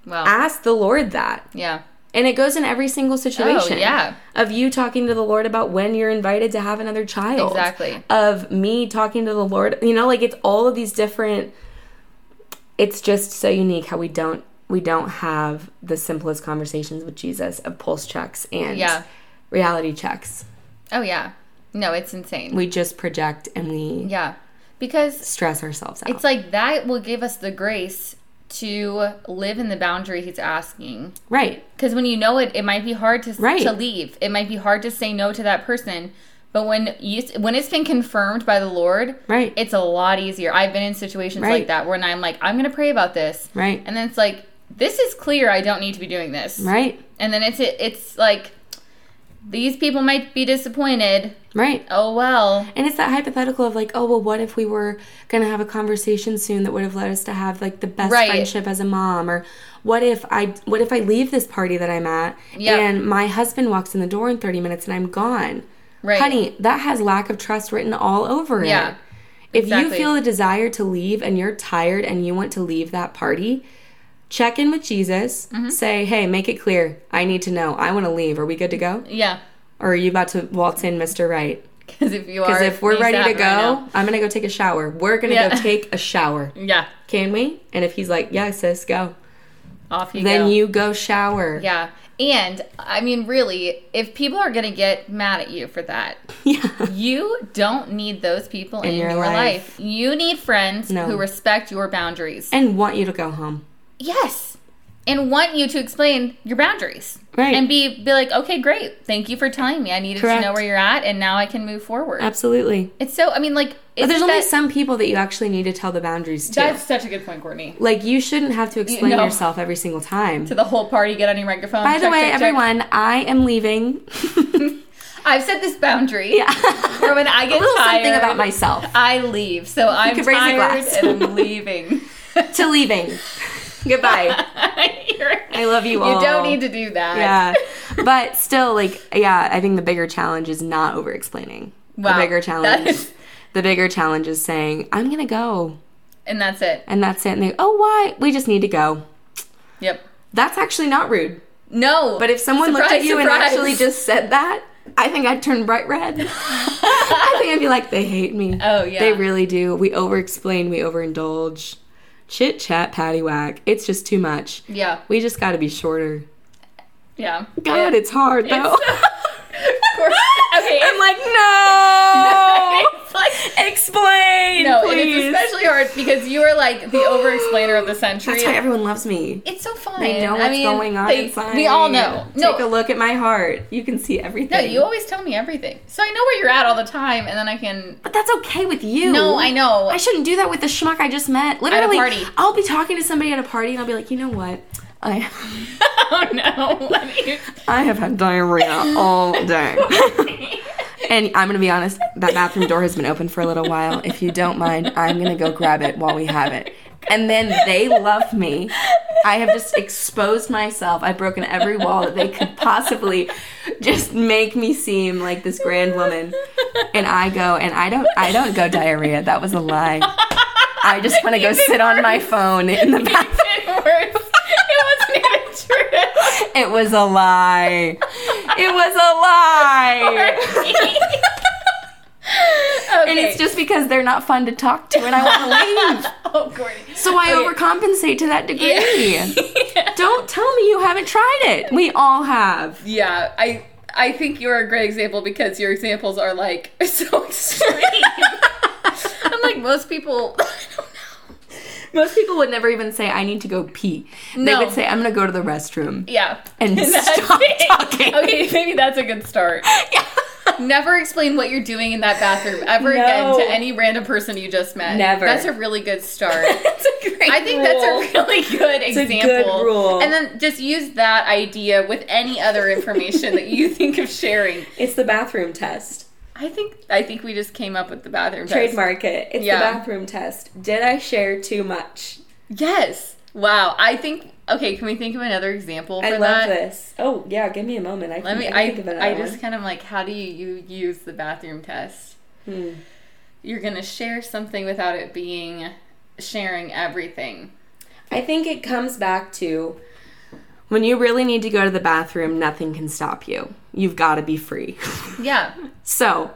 [SPEAKER 2] Well,
[SPEAKER 1] Ask the Lord that.
[SPEAKER 2] yeah, Oh,
[SPEAKER 1] And it goes in every single situation.
[SPEAKER 2] yeah.
[SPEAKER 1] Of you talking to the Lord about when you're invited to have another child.
[SPEAKER 2] Exactly.
[SPEAKER 1] Of me talking to the Lord. You know, like it's all of these different it's just so unique how we don't we don't have the simplest conversations with Jesus of pulse checks and
[SPEAKER 2] Yeah.
[SPEAKER 1] reality checks.
[SPEAKER 2] oh yeah. No, it's insane.
[SPEAKER 1] We just project and we
[SPEAKER 2] yeah, because
[SPEAKER 1] stress ourselves out.
[SPEAKER 2] It's like that will give us the grace to live in the boundary he's asking.
[SPEAKER 1] right.
[SPEAKER 2] Because when you know it, it might be hard to
[SPEAKER 1] Right.
[SPEAKER 2] to leave. It might be hard to say no to that person. But when you when it's been confirmed by the Lord,
[SPEAKER 1] Right.
[SPEAKER 2] it's a lot easier. I've been in situations
[SPEAKER 1] Right.
[SPEAKER 2] like that where I'm like, I'm gonna pray about this,
[SPEAKER 1] Right.
[SPEAKER 2] and then it's like, this is clear. I don't need to be doing this,
[SPEAKER 1] right.
[SPEAKER 2] and then it's it, it's like, these people might be disappointed.
[SPEAKER 1] Right.
[SPEAKER 2] Oh well,
[SPEAKER 1] And it's that hypothetical of like, oh well, what if we were gonna have a conversation soon that would have led us to have like the best
[SPEAKER 2] Right.
[SPEAKER 1] friendship as a mom, or what if I what if I leave this party that I'm at
[SPEAKER 2] Yeah.
[SPEAKER 1] and my husband walks in the door in 30 minutes and I'm gone,
[SPEAKER 2] Right.
[SPEAKER 1] honey? That has lack of trust written all over
[SPEAKER 2] Yeah.
[SPEAKER 1] it. If
[SPEAKER 2] Exactly.
[SPEAKER 1] you feel the desire to leave and you're tired and you want to leave that party, check in with Jesus.
[SPEAKER 2] Mm-hmm.
[SPEAKER 1] Say, hey, make it clear. I need to know. I want to leave. Are we good to go?
[SPEAKER 2] yeah.
[SPEAKER 1] Or are you about to waltz in, Mr. Right?
[SPEAKER 2] Because if you are,
[SPEAKER 1] Because if we're
[SPEAKER 2] it needs
[SPEAKER 1] ready to
[SPEAKER 2] happen right
[SPEAKER 1] go,
[SPEAKER 2] now.
[SPEAKER 1] I'm gonna go take a shower. We're gonna
[SPEAKER 2] Yeah.
[SPEAKER 1] go take a shower.
[SPEAKER 2] yeah,
[SPEAKER 1] Can we? And if he's like, yeah, sis, go.
[SPEAKER 2] off you go.
[SPEAKER 1] Then you go shower.
[SPEAKER 2] Yeah. And I mean, really, if people are going to get mad at you for that,
[SPEAKER 1] Yeah.
[SPEAKER 2] you don't need those people in, your,
[SPEAKER 1] your life.
[SPEAKER 2] life. You need friends
[SPEAKER 1] No.
[SPEAKER 2] who respect your boundaries.
[SPEAKER 1] And want you to go home.
[SPEAKER 2] yes. And want you to explain your boundaries.
[SPEAKER 1] Right.
[SPEAKER 2] And be, be like, okay, great. Thank you for telling me. I needed
[SPEAKER 1] Correct.
[SPEAKER 2] to know where you're at, and now I can move forward.
[SPEAKER 1] Absolutely.
[SPEAKER 2] It's so, I mean, like,
[SPEAKER 1] But there's
[SPEAKER 2] isn't
[SPEAKER 1] only
[SPEAKER 2] that-
[SPEAKER 1] some people that you actually need to tell the boundaries to.
[SPEAKER 2] That's such a good point, Courtney.
[SPEAKER 1] like you shouldn't have to explain
[SPEAKER 2] no.
[SPEAKER 1] yourself every single time.
[SPEAKER 2] To the whole party, get on your microphone.
[SPEAKER 1] By the
[SPEAKER 2] check,
[SPEAKER 1] way,
[SPEAKER 2] check, check.
[SPEAKER 1] everyone, I am leaving.
[SPEAKER 2] I've set this boundary. Where when I get
[SPEAKER 1] A little
[SPEAKER 2] tired,
[SPEAKER 1] something about myself.
[SPEAKER 2] I leave, so I'm
[SPEAKER 1] could raise a
[SPEAKER 2] tired
[SPEAKER 1] glass.
[SPEAKER 2] and I'm leaving.
[SPEAKER 1] to leaving. Goodbye. I
[SPEAKER 2] I
[SPEAKER 1] love you all.
[SPEAKER 2] You don't need to do that.
[SPEAKER 1] yeah but still like yeah i think the bigger challenge is not over explaining
[SPEAKER 2] Wow.
[SPEAKER 1] the bigger
[SPEAKER 2] That
[SPEAKER 1] challenge
[SPEAKER 2] is-
[SPEAKER 1] the bigger challenge is saying i'm gonna go
[SPEAKER 2] And that's it.
[SPEAKER 1] and that's it and they oh why we just need to go
[SPEAKER 2] Yep.
[SPEAKER 1] that's actually not rude
[SPEAKER 2] No.
[SPEAKER 1] but if someone looked at you and actually just said that i think i'd turn bright red i think i'd be like they hate me
[SPEAKER 2] Oh, yeah.
[SPEAKER 1] they really do we over explain we overindulge chit chat paddywhack it's just too much
[SPEAKER 2] Yeah.
[SPEAKER 1] we just gotta be shorter
[SPEAKER 2] Yeah.
[SPEAKER 1] god it's hard though
[SPEAKER 2] Of course. Okay.
[SPEAKER 1] I'm like, no.
[SPEAKER 2] It's like
[SPEAKER 1] Explain,
[SPEAKER 2] no, and
[SPEAKER 1] please.
[SPEAKER 2] it's especially hard because you are like the over-explainer of the century.
[SPEAKER 1] That's why everyone loves me.
[SPEAKER 2] It's so fun.
[SPEAKER 1] I know what's
[SPEAKER 2] mean,
[SPEAKER 1] going on
[SPEAKER 2] they-
[SPEAKER 1] inside.
[SPEAKER 2] We all know.
[SPEAKER 1] Take
[SPEAKER 2] No,
[SPEAKER 1] a look at my heart. You can see everything.
[SPEAKER 2] no, you always tell me everything, so I know where you're at all the time, and then I can.
[SPEAKER 1] But that's okay with you.
[SPEAKER 2] No, I know.
[SPEAKER 1] I shouldn't do that with the schmuck I just met. Literally,
[SPEAKER 2] party.
[SPEAKER 1] I'll be talking to somebody at a party and I'll be like, you know what? I
[SPEAKER 2] oh no! Let me-
[SPEAKER 1] I have had diarrhea all day. and I'm gonna be honest, that bathroom door has been open for a little while. If you don't mind, I'm gonna go grab it while we have it. And then they love me. I have just exposed myself. I've broken every wall that they could possibly just make me seem like this grand woman. And I go and I don't I don't go diarrhea. That was a lie. I just wanna go sit on my phone in the bathroom.
[SPEAKER 2] It worse. It wasn't even true.
[SPEAKER 1] It was a lie. It was a lie.
[SPEAKER 2] okay.
[SPEAKER 1] And it's just because they're not fun to talk to and I want to leave.
[SPEAKER 2] oh, Courtney.
[SPEAKER 1] So I overcompensate to that degree. Don't tell me you haven't tried it. We all have.
[SPEAKER 2] Yeah, I I think you're a great example because your examples are like so extreme. I'm like most people. I don't know.
[SPEAKER 1] Most people would never even say, I need to go pee.
[SPEAKER 2] No.
[SPEAKER 1] They would say, I'm going to go to the restroom.
[SPEAKER 2] Yeah.
[SPEAKER 1] And
[SPEAKER 2] That's
[SPEAKER 1] stop
[SPEAKER 2] it.
[SPEAKER 1] talking.
[SPEAKER 2] Okay, maybe that's a good start. Never explain what you're doing in that bathroom ever
[SPEAKER 1] No.
[SPEAKER 2] again to any random person you just met.
[SPEAKER 1] Never.
[SPEAKER 2] That's a really good start.
[SPEAKER 1] That's a great
[SPEAKER 2] I think that's
[SPEAKER 1] rule.
[SPEAKER 2] a really good
[SPEAKER 1] a
[SPEAKER 2] example.
[SPEAKER 1] good rule.
[SPEAKER 2] And then just use that idea with any other information that you think of sharing.
[SPEAKER 1] It's the bathroom test.
[SPEAKER 2] I think I think we just came up with the bathroom test.
[SPEAKER 1] Trademark it. It's
[SPEAKER 2] Yeah.
[SPEAKER 1] the bathroom test. Did I share too much?
[SPEAKER 2] Yes. Wow. I think okay, can we think of another example for
[SPEAKER 1] I love
[SPEAKER 2] that?
[SPEAKER 1] this. Oh, yeah, give me a moment. I can,
[SPEAKER 2] Let me.
[SPEAKER 1] I can
[SPEAKER 2] I,
[SPEAKER 1] think of another
[SPEAKER 2] I just
[SPEAKER 1] one.
[SPEAKER 2] kind of like, how do you, you use the bathroom test?
[SPEAKER 1] Hmm.
[SPEAKER 2] You're gonna share something without it being sharing everything.
[SPEAKER 1] I think it comes back to when you really need to go to the bathroom, nothing can stop you. You've got to be free.
[SPEAKER 2] Yeah.
[SPEAKER 1] so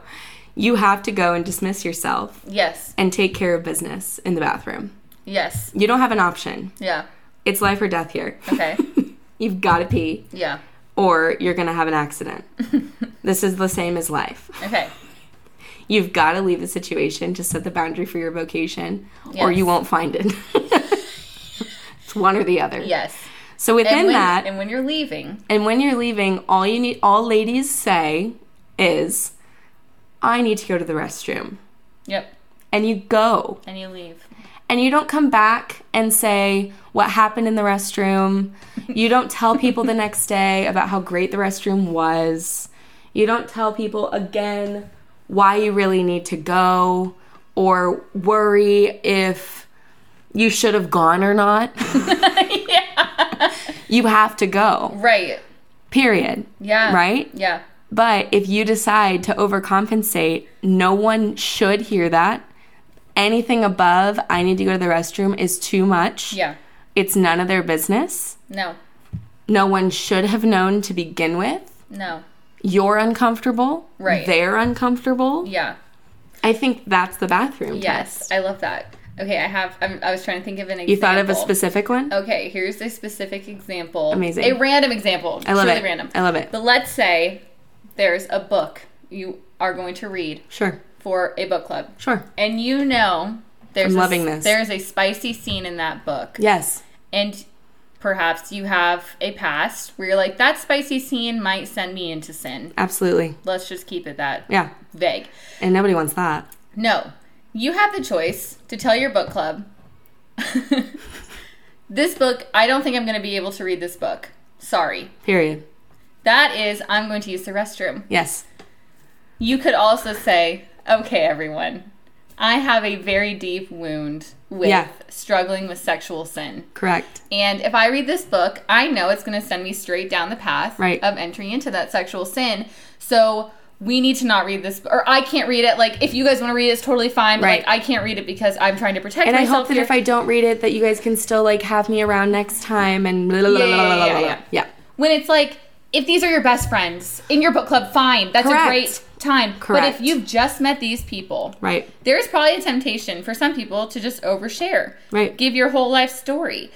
[SPEAKER 1] you have to go and dismiss yourself
[SPEAKER 2] yes.
[SPEAKER 1] and take care of business in the bathroom.
[SPEAKER 2] Yes.
[SPEAKER 1] You don't have an option.
[SPEAKER 2] Yeah.
[SPEAKER 1] It's life or death here.
[SPEAKER 2] Okay.
[SPEAKER 1] You've got to pee
[SPEAKER 2] yeah.
[SPEAKER 1] or you're going to have an accident. this is the same as life.
[SPEAKER 2] Okay.
[SPEAKER 1] You've got to leave the situation to set the boundary for your vocation or
[SPEAKER 2] Yes.
[SPEAKER 1] you won't find it. it's one or the other.
[SPEAKER 2] Yes.
[SPEAKER 1] So within
[SPEAKER 2] And when,
[SPEAKER 1] that,
[SPEAKER 2] and when you're leaving,
[SPEAKER 1] And when you're leaving, all you need, all ladies say is, I need to go to the restroom.
[SPEAKER 2] yep,
[SPEAKER 1] And you go.
[SPEAKER 2] and you leave.
[SPEAKER 1] And you don't come back and say what happened in the restroom. You don't tell people the next day about how great the restroom was. You don't tell people again why you really need to go or worry if you should have gone or not. You have to go,
[SPEAKER 2] Right.
[SPEAKER 1] period.
[SPEAKER 2] Yeah.
[SPEAKER 1] Right?
[SPEAKER 2] Yeah.
[SPEAKER 1] But if you decide to overcompensate, no one should hear that. Anything above, I need to go to the restroom, is too much.
[SPEAKER 2] Yeah.
[SPEAKER 1] It's none of their business.
[SPEAKER 2] No.
[SPEAKER 1] No one should have known to begin with.
[SPEAKER 2] No.
[SPEAKER 1] You're uncomfortable.
[SPEAKER 2] Right.
[SPEAKER 1] They're uncomfortable.
[SPEAKER 2] Yeah.
[SPEAKER 1] I think that's the bathroom.
[SPEAKER 2] Yes.
[SPEAKER 1] test.
[SPEAKER 2] I love that. Okay. I have. I'm, I was trying to think of an example.
[SPEAKER 1] You thought of a specific one?
[SPEAKER 2] Okay. Here's a specific example.
[SPEAKER 1] Amazing.
[SPEAKER 2] A random example.
[SPEAKER 1] I love
[SPEAKER 2] Truly
[SPEAKER 1] it.
[SPEAKER 2] Random.
[SPEAKER 1] I love it.
[SPEAKER 2] But let's say there's a book you are going to read
[SPEAKER 1] Sure.
[SPEAKER 2] for a book club,
[SPEAKER 1] Sure.
[SPEAKER 2] and you know there's
[SPEAKER 1] I'm
[SPEAKER 2] a-
[SPEAKER 1] loving this.
[SPEAKER 2] There's a spicy scene in that book,
[SPEAKER 1] Yes.
[SPEAKER 2] and perhaps you have a past where you're like, that spicy scene might send me into sin.
[SPEAKER 1] Absolutely.
[SPEAKER 2] Let's just keep it that
[SPEAKER 1] Yeah.
[SPEAKER 2] vague.
[SPEAKER 1] And nobody wants that.
[SPEAKER 2] No, you have the choice to tell your book club, this book. I don't think I'm going to be able to read this book. Sorry.
[SPEAKER 1] Period.
[SPEAKER 2] That is, I'm going to use the restroom.
[SPEAKER 1] Yes.
[SPEAKER 2] You could also say, okay, everyone, I have a very deep wound with
[SPEAKER 1] Yeah.
[SPEAKER 2] struggling with sexual sin.
[SPEAKER 1] Correct.
[SPEAKER 2] And if I read this book, I know it's going to send me straight down the path
[SPEAKER 1] Right.
[SPEAKER 2] of entering into that sexual sin. So we need to not read this, or I can't read it. Like, if you guys want to read it, it's totally fine. But
[SPEAKER 1] Right.
[SPEAKER 2] Like, I can't read it because I'm trying to protect
[SPEAKER 1] And I
[SPEAKER 2] myself.
[SPEAKER 1] hope that
[SPEAKER 2] here.
[SPEAKER 1] if I don't read it, that you guys can still like have me around next time and blah, blah, blah,
[SPEAKER 2] Yeah,
[SPEAKER 1] blah,
[SPEAKER 2] yeah,
[SPEAKER 1] blah, blah,
[SPEAKER 2] yeah,
[SPEAKER 1] blah.
[SPEAKER 2] yeah.
[SPEAKER 1] yeah.
[SPEAKER 2] when it's like if these are your best friends in your book club fine that's
[SPEAKER 1] Correct.
[SPEAKER 2] a great time but
[SPEAKER 1] Correct.
[SPEAKER 2] if you've just met these people
[SPEAKER 1] Right.
[SPEAKER 2] there's probably a temptation for some people to just overshare
[SPEAKER 1] Right.
[SPEAKER 2] give your whole life story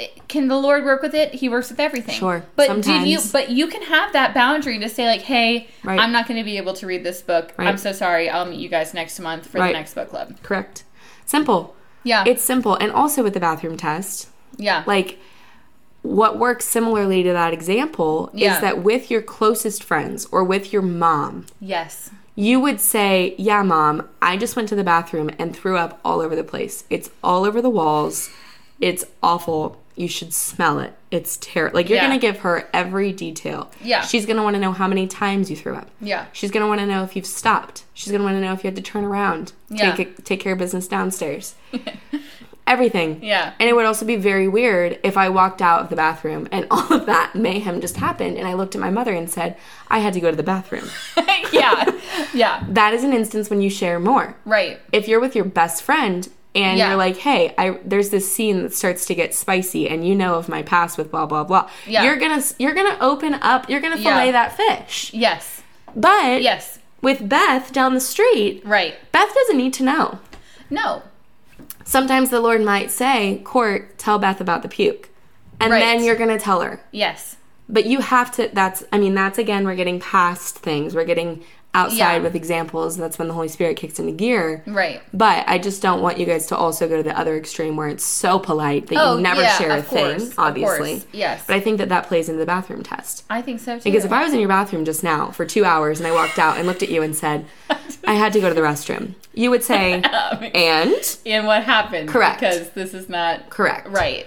[SPEAKER 2] It- can the lord work with it he works with everything
[SPEAKER 1] Sure.
[SPEAKER 2] but did you
[SPEAKER 1] Sometimes.
[SPEAKER 2] but you can have that boundary to say like hey
[SPEAKER 1] Right.
[SPEAKER 2] i'm not going to be able to read this book i'm
[SPEAKER 1] Right.
[SPEAKER 2] so sorry i'll meet you guys next month for the
[SPEAKER 1] Right.
[SPEAKER 2] next book club
[SPEAKER 1] Correct. Simple.
[SPEAKER 2] yeah
[SPEAKER 1] It's simple. And also with the bathroom test,
[SPEAKER 2] yeah
[SPEAKER 1] like what works similarly to that example
[SPEAKER 2] Yeah.
[SPEAKER 1] is that with your closest friends or with your mom,
[SPEAKER 2] yes
[SPEAKER 1] you would say, Yeah, mom, I just went to the bathroom and threw up all over the place. It's all over the walls. It's awful. You should smell it. It's terrible. Like, you're
[SPEAKER 2] Yeah.
[SPEAKER 1] going to give her every detail.
[SPEAKER 2] Yeah.
[SPEAKER 1] She's going to want to know how many times you threw up.
[SPEAKER 2] yeah
[SPEAKER 1] She's going to want to know if you've stopped. She's going to want to know if you had to turn around,
[SPEAKER 2] Yeah.
[SPEAKER 1] take, it, take care of business downstairs. Everything.
[SPEAKER 2] yeah
[SPEAKER 1] And it would also be very weird if I walked out of the bathroom and all of that mayhem just happened and I looked at my mother and said, I had to go to the bathroom.
[SPEAKER 2] yeah yeah
[SPEAKER 1] That is an instance when you share more.
[SPEAKER 2] right
[SPEAKER 1] If you're with your best friend and
[SPEAKER 2] Yeah.
[SPEAKER 1] you're like, hey, I there's this scene that starts to get spicy and you know of my past with blah blah blah.
[SPEAKER 2] Yeah.
[SPEAKER 1] You're gonna you're gonna open up, you're gonna
[SPEAKER 2] Yeah.
[SPEAKER 1] fillet that fish.
[SPEAKER 2] yes
[SPEAKER 1] But
[SPEAKER 2] yes
[SPEAKER 1] with Beth down the street,
[SPEAKER 2] right
[SPEAKER 1] Beth doesn't need to know.
[SPEAKER 2] No.
[SPEAKER 1] Sometimes the Lord might say, Court, tell Beth about the puke. And
[SPEAKER 2] Right.
[SPEAKER 1] then you're gonna tell her.
[SPEAKER 2] Yes.
[SPEAKER 1] But you have to, that's, I mean, that's again, we're getting past things. We're getting outside
[SPEAKER 2] Yeah.
[SPEAKER 1] with examples, and that's when the Holy Spirit kicks into gear.
[SPEAKER 2] Right.
[SPEAKER 1] But I just don't want you guys to also go to the other extreme where it's so polite that
[SPEAKER 2] Oh,
[SPEAKER 1] you never
[SPEAKER 2] yeah,
[SPEAKER 1] share a
[SPEAKER 2] of course,
[SPEAKER 1] thing,
[SPEAKER 2] of
[SPEAKER 1] obviously.
[SPEAKER 2] course, yes.
[SPEAKER 1] But I think that that plays into the bathroom test.
[SPEAKER 2] I think so too.
[SPEAKER 1] Because if I was in your bathroom just now for two hours and I walked out and looked at you and said, I had to go to the restroom, you would say, and
[SPEAKER 2] and what happened?
[SPEAKER 1] Correct.
[SPEAKER 2] Because this is not
[SPEAKER 1] correct.
[SPEAKER 2] right.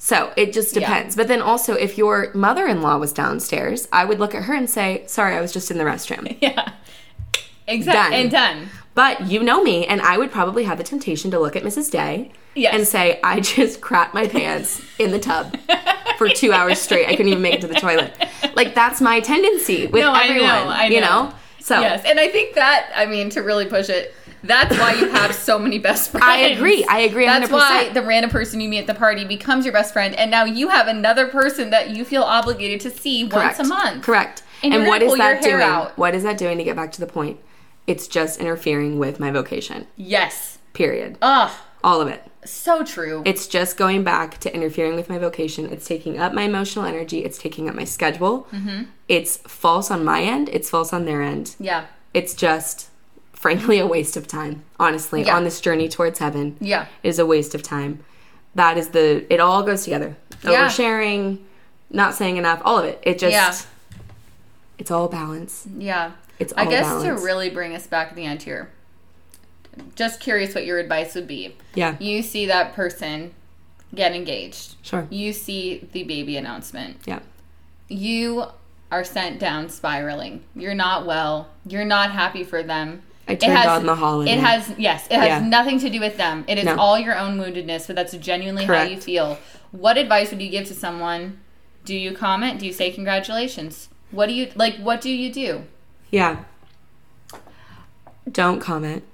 [SPEAKER 1] So it just depends. But then also, if your mother in law was downstairs, I would look at her and say, Sorry, I was just in the restroom.
[SPEAKER 2] Yeah.
[SPEAKER 1] Done.
[SPEAKER 2] Exactly. And done.
[SPEAKER 1] But you know me, and I would probably have the temptation to look at Mrs. Day
[SPEAKER 2] Yes.
[SPEAKER 1] and say, I just crapped my pants in the tub for two hours straight. I couldn't even make it to the toilet. Like, that's my tendency with
[SPEAKER 2] No, I know,
[SPEAKER 1] everyone.
[SPEAKER 2] I
[SPEAKER 1] You
[SPEAKER 2] know.
[SPEAKER 1] know? So
[SPEAKER 2] Yes. And I think that, I mean, to really push it, that's why you have so many best friends.
[SPEAKER 1] I agree. I agree
[SPEAKER 2] That's
[SPEAKER 1] 100%.
[SPEAKER 2] why the random person you meet at the party becomes your best friend, and now you have another person that you feel obligated to see
[SPEAKER 1] Correct.
[SPEAKER 2] once a month.
[SPEAKER 1] Correct.
[SPEAKER 2] And
[SPEAKER 1] And,
[SPEAKER 2] you're
[SPEAKER 1] what
[SPEAKER 2] gonna
[SPEAKER 1] is
[SPEAKER 2] pull your
[SPEAKER 1] that
[SPEAKER 2] hair
[SPEAKER 1] doing?
[SPEAKER 2] out.
[SPEAKER 1] What is that doing to get back to the point? It's just interfering with my vocation.
[SPEAKER 2] Yes.
[SPEAKER 1] Period.
[SPEAKER 2] Ugh.
[SPEAKER 1] All of it.
[SPEAKER 2] So true.
[SPEAKER 1] It's just going back to interfering with my vocation. It's taking up my emotional energy. It's taking up my schedule.
[SPEAKER 2] Mm-hmm.
[SPEAKER 1] It's false on my end. It's false on their end.
[SPEAKER 2] yeah.
[SPEAKER 1] It's just, frankly, a waste of time. Honestly,
[SPEAKER 2] Yeah.
[SPEAKER 1] on this journey towards heaven,
[SPEAKER 2] Yeah.
[SPEAKER 1] it is a waste of time. That is the. It all goes together.
[SPEAKER 2] Yeah.
[SPEAKER 1] Oversharing, not saying enough. All of it. It just.
[SPEAKER 2] Yeah.
[SPEAKER 1] It's all balance.
[SPEAKER 2] Yeah.
[SPEAKER 1] It's
[SPEAKER 2] I
[SPEAKER 1] all
[SPEAKER 2] guess
[SPEAKER 1] balance.
[SPEAKER 2] to really bring us back to the end here. Just curious what your advice would be.
[SPEAKER 1] Yeah.
[SPEAKER 2] You see that person get engaged.
[SPEAKER 1] Sure.
[SPEAKER 2] You see the baby announcement.
[SPEAKER 1] Yeah.
[SPEAKER 2] You are sent down spiraling. You're not well. You're not happy for them.
[SPEAKER 1] I turned on the holiday.
[SPEAKER 2] It has yes, it has
[SPEAKER 1] Yeah.
[SPEAKER 2] nothing to do with them. It is
[SPEAKER 1] No.
[SPEAKER 2] all your own woundedness, but that's genuinely how you
[SPEAKER 1] Correct.
[SPEAKER 2] feel. What advice would you give to someone? Do you comment? Do you say congratulations? What do you like what do you do?
[SPEAKER 1] Yeah. Don't comment.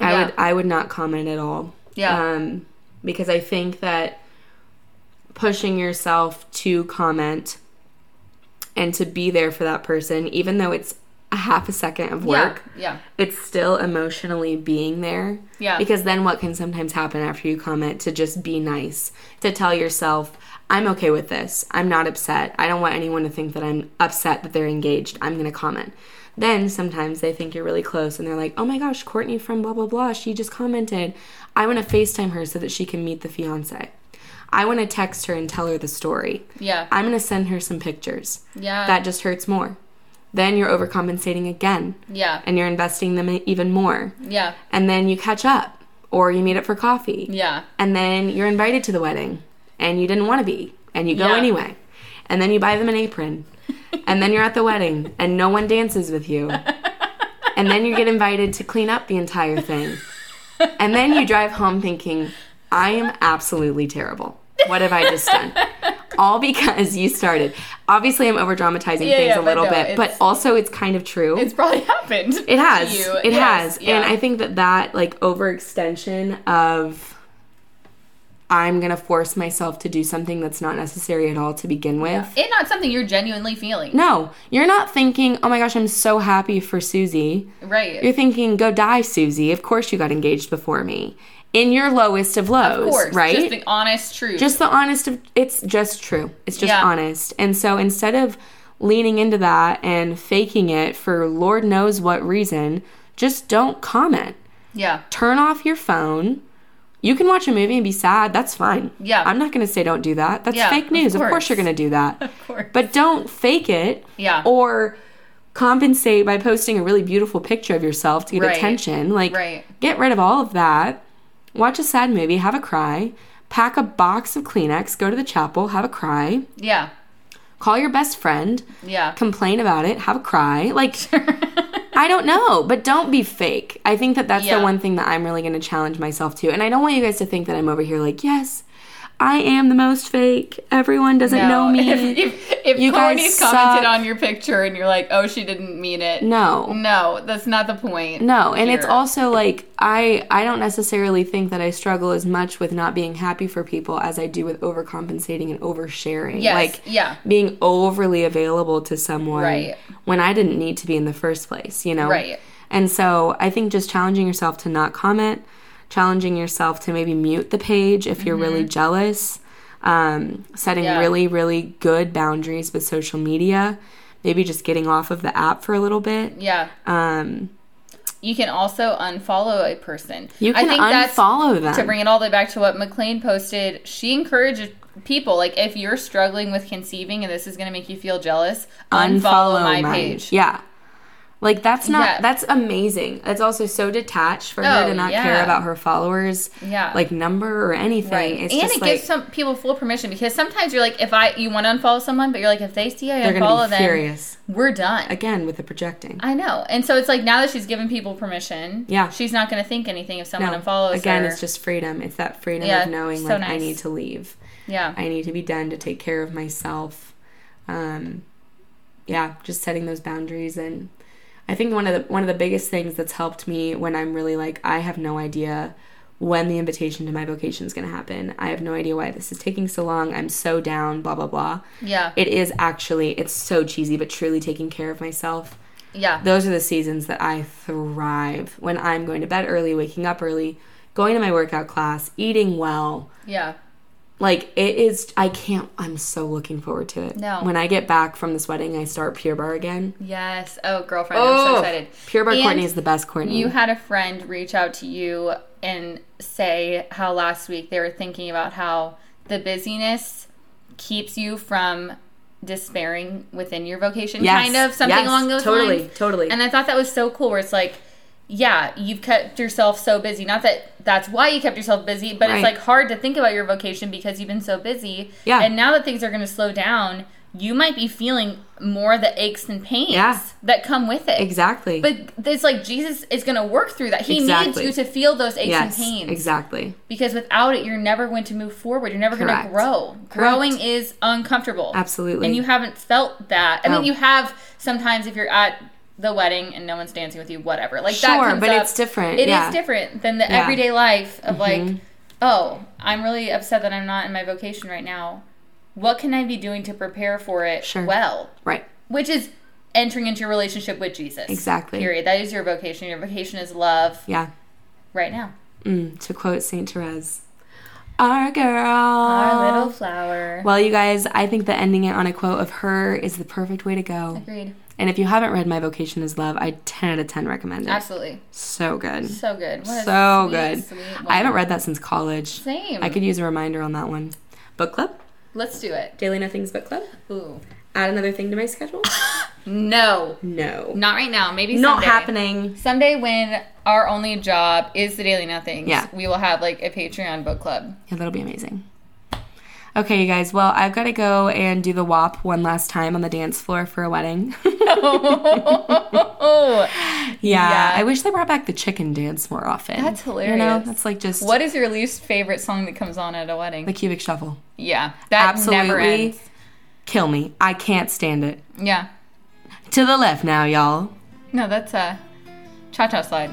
[SPEAKER 1] I
[SPEAKER 2] Yeah.
[SPEAKER 1] would I would not comment at all.
[SPEAKER 2] Yeah.
[SPEAKER 1] Um because I think that pushing yourself to comment and to be there for that person even though it's a half a second of work,
[SPEAKER 2] Yeah.
[SPEAKER 1] it's still emotionally being there.
[SPEAKER 2] Yeah.
[SPEAKER 1] Because then what can sometimes happen after you comment to just be nice, to tell yourself, I'm okay with this. I'm not upset. I don't want anyone to think that I'm upset that they're engaged. I'm going to comment. Then sometimes they think you're really close and they're like, oh my gosh, Courtney from blah, blah, blah, she just commented. I want to FaceTime her so that she can meet the fiance. I want to text her and tell her the story.
[SPEAKER 2] Yeah.
[SPEAKER 1] I'm going to send her some pictures.
[SPEAKER 2] Yeah.
[SPEAKER 1] That just hurts more. Then you're overcompensating again
[SPEAKER 2] Yeah.
[SPEAKER 1] and you're investing them in even more.
[SPEAKER 2] yeah.
[SPEAKER 1] And then you catch up or you meet up for coffee.
[SPEAKER 2] Yeah.
[SPEAKER 1] And then you're invited to the wedding and you didn't want to be and you go
[SPEAKER 2] Yeah.
[SPEAKER 1] anyway. And then you buy them an apron. and then you're at the wedding and no one dances with you. and then you get invited to clean up the entire thing. And then you drive home thinking, I am absolutely terrible. What have I just done? All because you started. Obviously, I'm over dramatizing
[SPEAKER 2] Yeah,
[SPEAKER 1] things
[SPEAKER 2] yeah,
[SPEAKER 1] a
[SPEAKER 2] but
[SPEAKER 1] little
[SPEAKER 2] no,
[SPEAKER 1] bit, but
[SPEAKER 2] it's-
[SPEAKER 1] also it's kind of true.
[SPEAKER 2] It's probably happened.
[SPEAKER 1] It has. It has. And I
[SPEAKER 2] think
[SPEAKER 1] think that that like overextension of I'm going to force myself to do something that's not necessary at all to begin with.
[SPEAKER 2] it's not something you're genuinely feeling.
[SPEAKER 1] No, you're not thinking, "Oh my gosh, I'm so happy for Susie."
[SPEAKER 2] Right.
[SPEAKER 1] You're thinking, "Go die, Susie. Of course you got engaged before me." In your lowest of lows,
[SPEAKER 2] of course.
[SPEAKER 1] right?
[SPEAKER 2] Just the honest truth.
[SPEAKER 1] just the honest of it's just true it's just
[SPEAKER 2] Yeah.
[SPEAKER 1] honest and so instead of leaning into that and faking it for lord knows what reason just don't comment
[SPEAKER 2] yeah.
[SPEAKER 1] turn off your phone you can watch a movie and be sad that's fine
[SPEAKER 2] Yeah.
[SPEAKER 1] i'm not going to say don't do that that's
[SPEAKER 2] Yeah,
[SPEAKER 1] fake
[SPEAKER 2] of
[SPEAKER 1] news of course,
[SPEAKER 2] course.
[SPEAKER 1] you're going to do that
[SPEAKER 2] Of course.
[SPEAKER 1] but don't fake it
[SPEAKER 2] Yeah.
[SPEAKER 1] or compensate by posting a really beautiful picture of yourself to get
[SPEAKER 2] Right.
[SPEAKER 1] attention like
[SPEAKER 2] Right.
[SPEAKER 1] get rid of all of that watch a sad movie have a cry pack a box of kleenex go to the chapel have a cry
[SPEAKER 2] yeah.
[SPEAKER 1] call your best friend
[SPEAKER 2] Yeah.
[SPEAKER 1] complain about it have a cry like i don't know but don't be fake i think that that's
[SPEAKER 2] Yeah.
[SPEAKER 1] the one thing that i'm really going to challenge myself to and i don't want you guys to think that i'm over here like yes i am the most fake everyone doesn't know me
[SPEAKER 2] If, if, if
[SPEAKER 1] You guys
[SPEAKER 2] Courtney's commented
[SPEAKER 1] suck.
[SPEAKER 2] on your picture and you're like, oh, she didn't mean it.
[SPEAKER 1] no
[SPEAKER 2] No, that's not the point.
[SPEAKER 1] No, and it's
[SPEAKER 2] here.
[SPEAKER 1] also like I I don't necessarily think that I struggle as much with not being happy for people as I do with overcompensating and oversharing.
[SPEAKER 2] Yes,
[SPEAKER 1] Like
[SPEAKER 2] yeah.
[SPEAKER 1] being overly available to someone
[SPEAKER 2] Right.
[SPEAKER 1] when I didn't need to be in the first place, you know.
[SPEAKER 2] Right.
[SPEAKER 1] And so I think just challenging yourself to not comment, challenging yourself to maybe mute the page if you're really jealous, um, setting
[SPEAKER 2] Mm-hmm. Yeah.
[SPEAKER 1] really, really good boundaries with social media. maybe just getting off of the app for a little bit.
[SPEAKER 2] Yeah.
[SPEAKER 1] Um,
[SPEAKER 2] You can also unfollow a person.
[SPEAKER 1] you can unfollow them.
[SPEAKER 2] to bring it all the way back to what McLean posted, she encouraged people like if you're struggling with conceiving and this is going to make you feel jealous, unfollow, my
[SPEAKER 1] mine.
[SPEAKER 2] page.
[SPEAKER 1] Yeah. Like that's not
[SPEAKER 2] Yeah.
[SPEAKER 1] that's amazing. That's also so detached for her
[SPEAKER 2] Oh,
[SPEAKER 1] to not
[SPEAKER 2] yeah.
[SPEAKER 1] care about her followers,
[SPEAKER 2] Yeah.
[SPEAKER 1] like number or anything.
[SPEAKER 2] Right,
[SPEAKER 1] It's
[SPEAKER 2] and
[SPEAKER 1] just
[SPEAKER 2] it
[SPEAKER 1] like
[SPEAKER 2] gives some people full permission because sometimes you're like, if I you want to unfollow someone, but you're like, if they see I
[SPEAKER 1] they're gonna
[SPEAKER 2] unfollow
[SPEAKER 1] be
[SPEAKER 2] them,
[SPEAKER 1] furious
[SPEAKER 2] we're done.
[SPEAKER 1] again with the projecting.
[SPEAKER 2] I know, and so it's like now that she's given people permission,
[SPEAKER 1] Yeah.
[SPEAKER 2] she's not going to think anything if someone
[SPEAKER 1] No,
[SPEAKER 2] unfollows
[SPEAKER 1] again,
[SPEAKER 2] her.
[SPEAKER 1] it's just freedom. It's that freedom
[SPEAKER 2] Yeah,
[SPEAKER 1] of knowing
[SPEAKER 2] so
[SPEAKER 1] like I
[SPEAKER 2] nice.
[SPEAKER 1] need to leave.
[SPEAKER 2] yeah,
[SPEAKER 1] I need to be done to take care of myself. Um, yeah, just setting those boundaries and I think one of the one of the biggest things that's helped me when I'm really like I have no idea when the invitation to my vocation is going to happen. I have no idea why this is taking so long. I'm so down, blah blah blah.
[SPEAKER 2] yeah,
[SPEAKER 1] It is actually it's so cheesy but truly taking care of myself.
[SPEAKER 2] yeah,
[SPEAKER 1] Those are the seasons that I thrive when I'm going to bed early, waking up early, going to my workout class, eating well,
[SPEAKER 2] yeah,
[SPEAKER 1] like it is i can't i'm so looking forward to it
[SPEAKER 2] No.
[SPEAKER 1] when i get back from this wedding i start pure bar again
[SPEAKER 2] yes. Oh, girlfriend, I'm so excited.
[SPEAKER 1] pure bar
[SPEAKER 2] And-
[SPEAKER 1] courtney is the best courtney
[SPEAKER 2] You had a friend reach out to you and say how last week they were thinking about how the busyness keeps you from despairing within your vocation,
[SPEAKER 1] Yes,
[SPEAKER 2] kind of something
[SPEAKER 1] yes,
[SPEAKER 2] along those
[SPEAKER 1] totally,
[SPEAKER 2] lines.
[SPEAKER 1] totally.
[SPEAKER 2] And I thought that was so cool. Where it's like, yeah, you've kept yourself so busy. Not that that's why you kept yourself busy, but
[SPEAKER 1] Right.
[SPEAKER 2] it's like hard to think about your vocation because you've been so busy.
[SPEAKER 1] Yeah.
[SPEAKER 2] And now that things are going to slow down. You might be feeling more of the aches and pains
[SPEAKER 1] Yeah.
[SPEAKER 2] that come with it.
[SPEAKER 1] exactly
[SPEAKER 2] But it's like Jesus is going to work through that. He
[SPEAKER 1] Exactly.
[SPEAKER 2] needs you to feel those aches
[SPEAKER 1] yes
[SPEAKER 2] and pains.
[SPEAKER 1] exactly
[SPEAKER 2] Because without it, you're never going to move forward. You're never going to
[SPEAKER 1] Correct.
[SPEAKER 2] grow. Growing is uncomfortable.
[SPEAKER 1] Absolutely.
[SPEAKER 2] And you haven't felt that. I
[SPEAKER 1] No.
[SPEAKER 2] mean, you have sometimes if you're at the wedding and no one's dancing with you, whatever. Like that.
[SPEAKER 1] Sure,
[SPEAKER 2] comes
[SPEAKER 1] but
[SPEAKER 2] up.
[SPEAKER 1] it's different,
[SPEAKER 2] It is
[SPEAKER 1] yeah.
[SPEAKER 2] different than the
[SPEAKER 1] Yeah. Mm-hmm.
[SPEAKER 2] everyday life of like, oh, I'm really upset that I'm not in my vocation right now. What can I be doing to prepare for it
[SPEAKER 1] Sure.
[SPEAKER 2] well?
[SPEAKER 1] right
[SPEAKER 2] which is entering into your relationship with Jesus.
[SPEAKER 1] Exactly.
[SPEAKER 2] Period. That is your vocation. Your vocation is love
[SPEAKER 1] yeah
[SPEAKER 2] right now.
[SPEAKER 1] mm, to quote saint therese our girl
[SPEAKER 2] Our little flower.
[SPEAKER 1] well you guys i think that ending it on a quote of her is the perfect way to go
[SPEAKER 2] Agreed.
[SPEAKER 1] and if you haven't read my vocation is love i 10 out of 10 recommend it
[SPEAKER 2] Absolutely.
[SPEAKER 1] so good
[SPEAKER 2] So good. What a
[SPEAKER 1] so
[SPEAKER 2] sweet,
[SPEAKER 1] good
[SPEAKER 2] sweet
[SPEAKER 1] i haven't
[SPEAKER 2] woman.
[SPEAKER 1] read that since college
[SPEAKER 2] Same.
[SPEAKER 1] I could use a reminder on that one. Book club,
[SPEAKER 2] Let's do it.
[SPEAKER 1] daily nothings book club.
[SPEAKER 2] Ooh.
[SPEAKER 1] Add another thing to my schedule.
[SPEAKER 2] No.
[SPEAKER 1] No,
[SPEAKER 2] Not right now. Maybe
[SPEAKER 1] not
[SPEAKER 2] someday.
[SPEAKER 1] happening.
[SPEAKER 2] Someday when our only job is the Daily Nothings,
[SPEAKER 1] Yeah.
[SPEAKER 2] we will have like a Patreon book club.
[SPEAKER 1] Yeah, that'll be amazing. Okay, you guys. Well, I've got to go and do the WAP one last time on the dance floor for a wedding.
[SPEAKER 2] Oh.
[SPEAKER 1] yeah,
[SPEAKER 2] Yeah.
[SPEAKER 1] I wish they brought back the chicken dance more often.
[SPEAKER 2] That's
[SPEAKER 1] You know,
[SPEAKER 2] hilarious.
[SPEAKER 1] that's like just
[SPEAKER 2] What is your least favorite song that comes on at a wedding?
[SPEAKER 1] the cubic shuffle.
[SPEAKER 2] yeah. That never
[SPEAKER 1] Absolutely
[SPEAKER 2] ends.
[SPEAKER 1] kill me. I can't stand it.
[SPEAKER 2] Yeah.
[SPEAKER 1] To the left now, y'all.
[SPEAKER 2] No, that's a cha cha slide.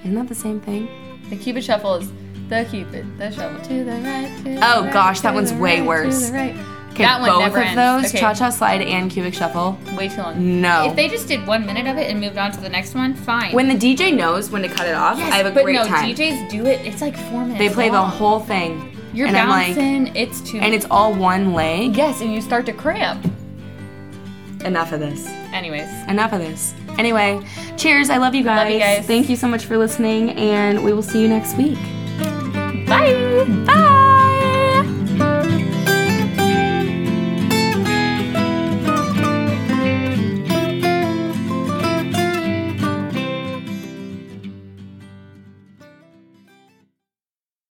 [SPEAKER 1] Isn't that the same thing?
[SPEAKER 2] The cupid shuffle is the cupid, the shuffle to the right. To the
[SPEAKER 1] Oh,
[SPEAKER 2] right,
[SPEAKER 1] gosh, that
[SPEAKER 2] to
[SPEAKER 1] one's
[SPEAKER 2] the
[SPEAKER 1] way
[SPEAKER 2] right, to
[SPEAKER 1] worse.
[SPEAKER 2] the right.
[SPEAKER 1] Okay,
[SPEAKER 2] That one
[SPEAKER 1] both
[SPEAKER 2] never
[SPEAKER 1] of
[SPEAKER 2] ends.
[SPEAKER 1] those,
[SPEAKER 2] Okay.
[SPEAKER 1] cha-cha slide and cubic shuffle.
[SPEAKER 2] Way too long.
[SPEAKER 1] No.
[SPEAKER 2] If they just did one minute of it and moved on to the next one, fine.
[SPEAKER 1] When the DJ knows when to cut it off,
[SPEAKER 2] yes,
[SPEAKER 1] I have a
[SPEAKER 2] but
[SPEAKER 1] great
[SPEAKER 2] no,
[SPEAKER 1] time.
[SPEAKER 2] DJs do it. It's like four minutes.
[SPEAKER 1] they play the
[SPEAKER 2] long.
[SPEAKER 1] whole thing.
[SPEAKER 2] You're
[SPEAKER 1] and I'm like,
[SPEAKER 2] bouncing. it's too.
[SPEAKER 1] and it's all one leg.
[SPEAKER 2] yes, and you start to cramp.
[SPEAKER 1] Enough of this.
[SPEAKER 2] Anyways,
[SPEAKER 1] Enough of this. Anyway, cheers. I love you guys.
[SPEAKER 2] Love you guys.
[SPEAKER 1] Thank you so much for listening, and we will see you next week.
[SPEAKER 2] bye.
[SPEAKER 1] Bye.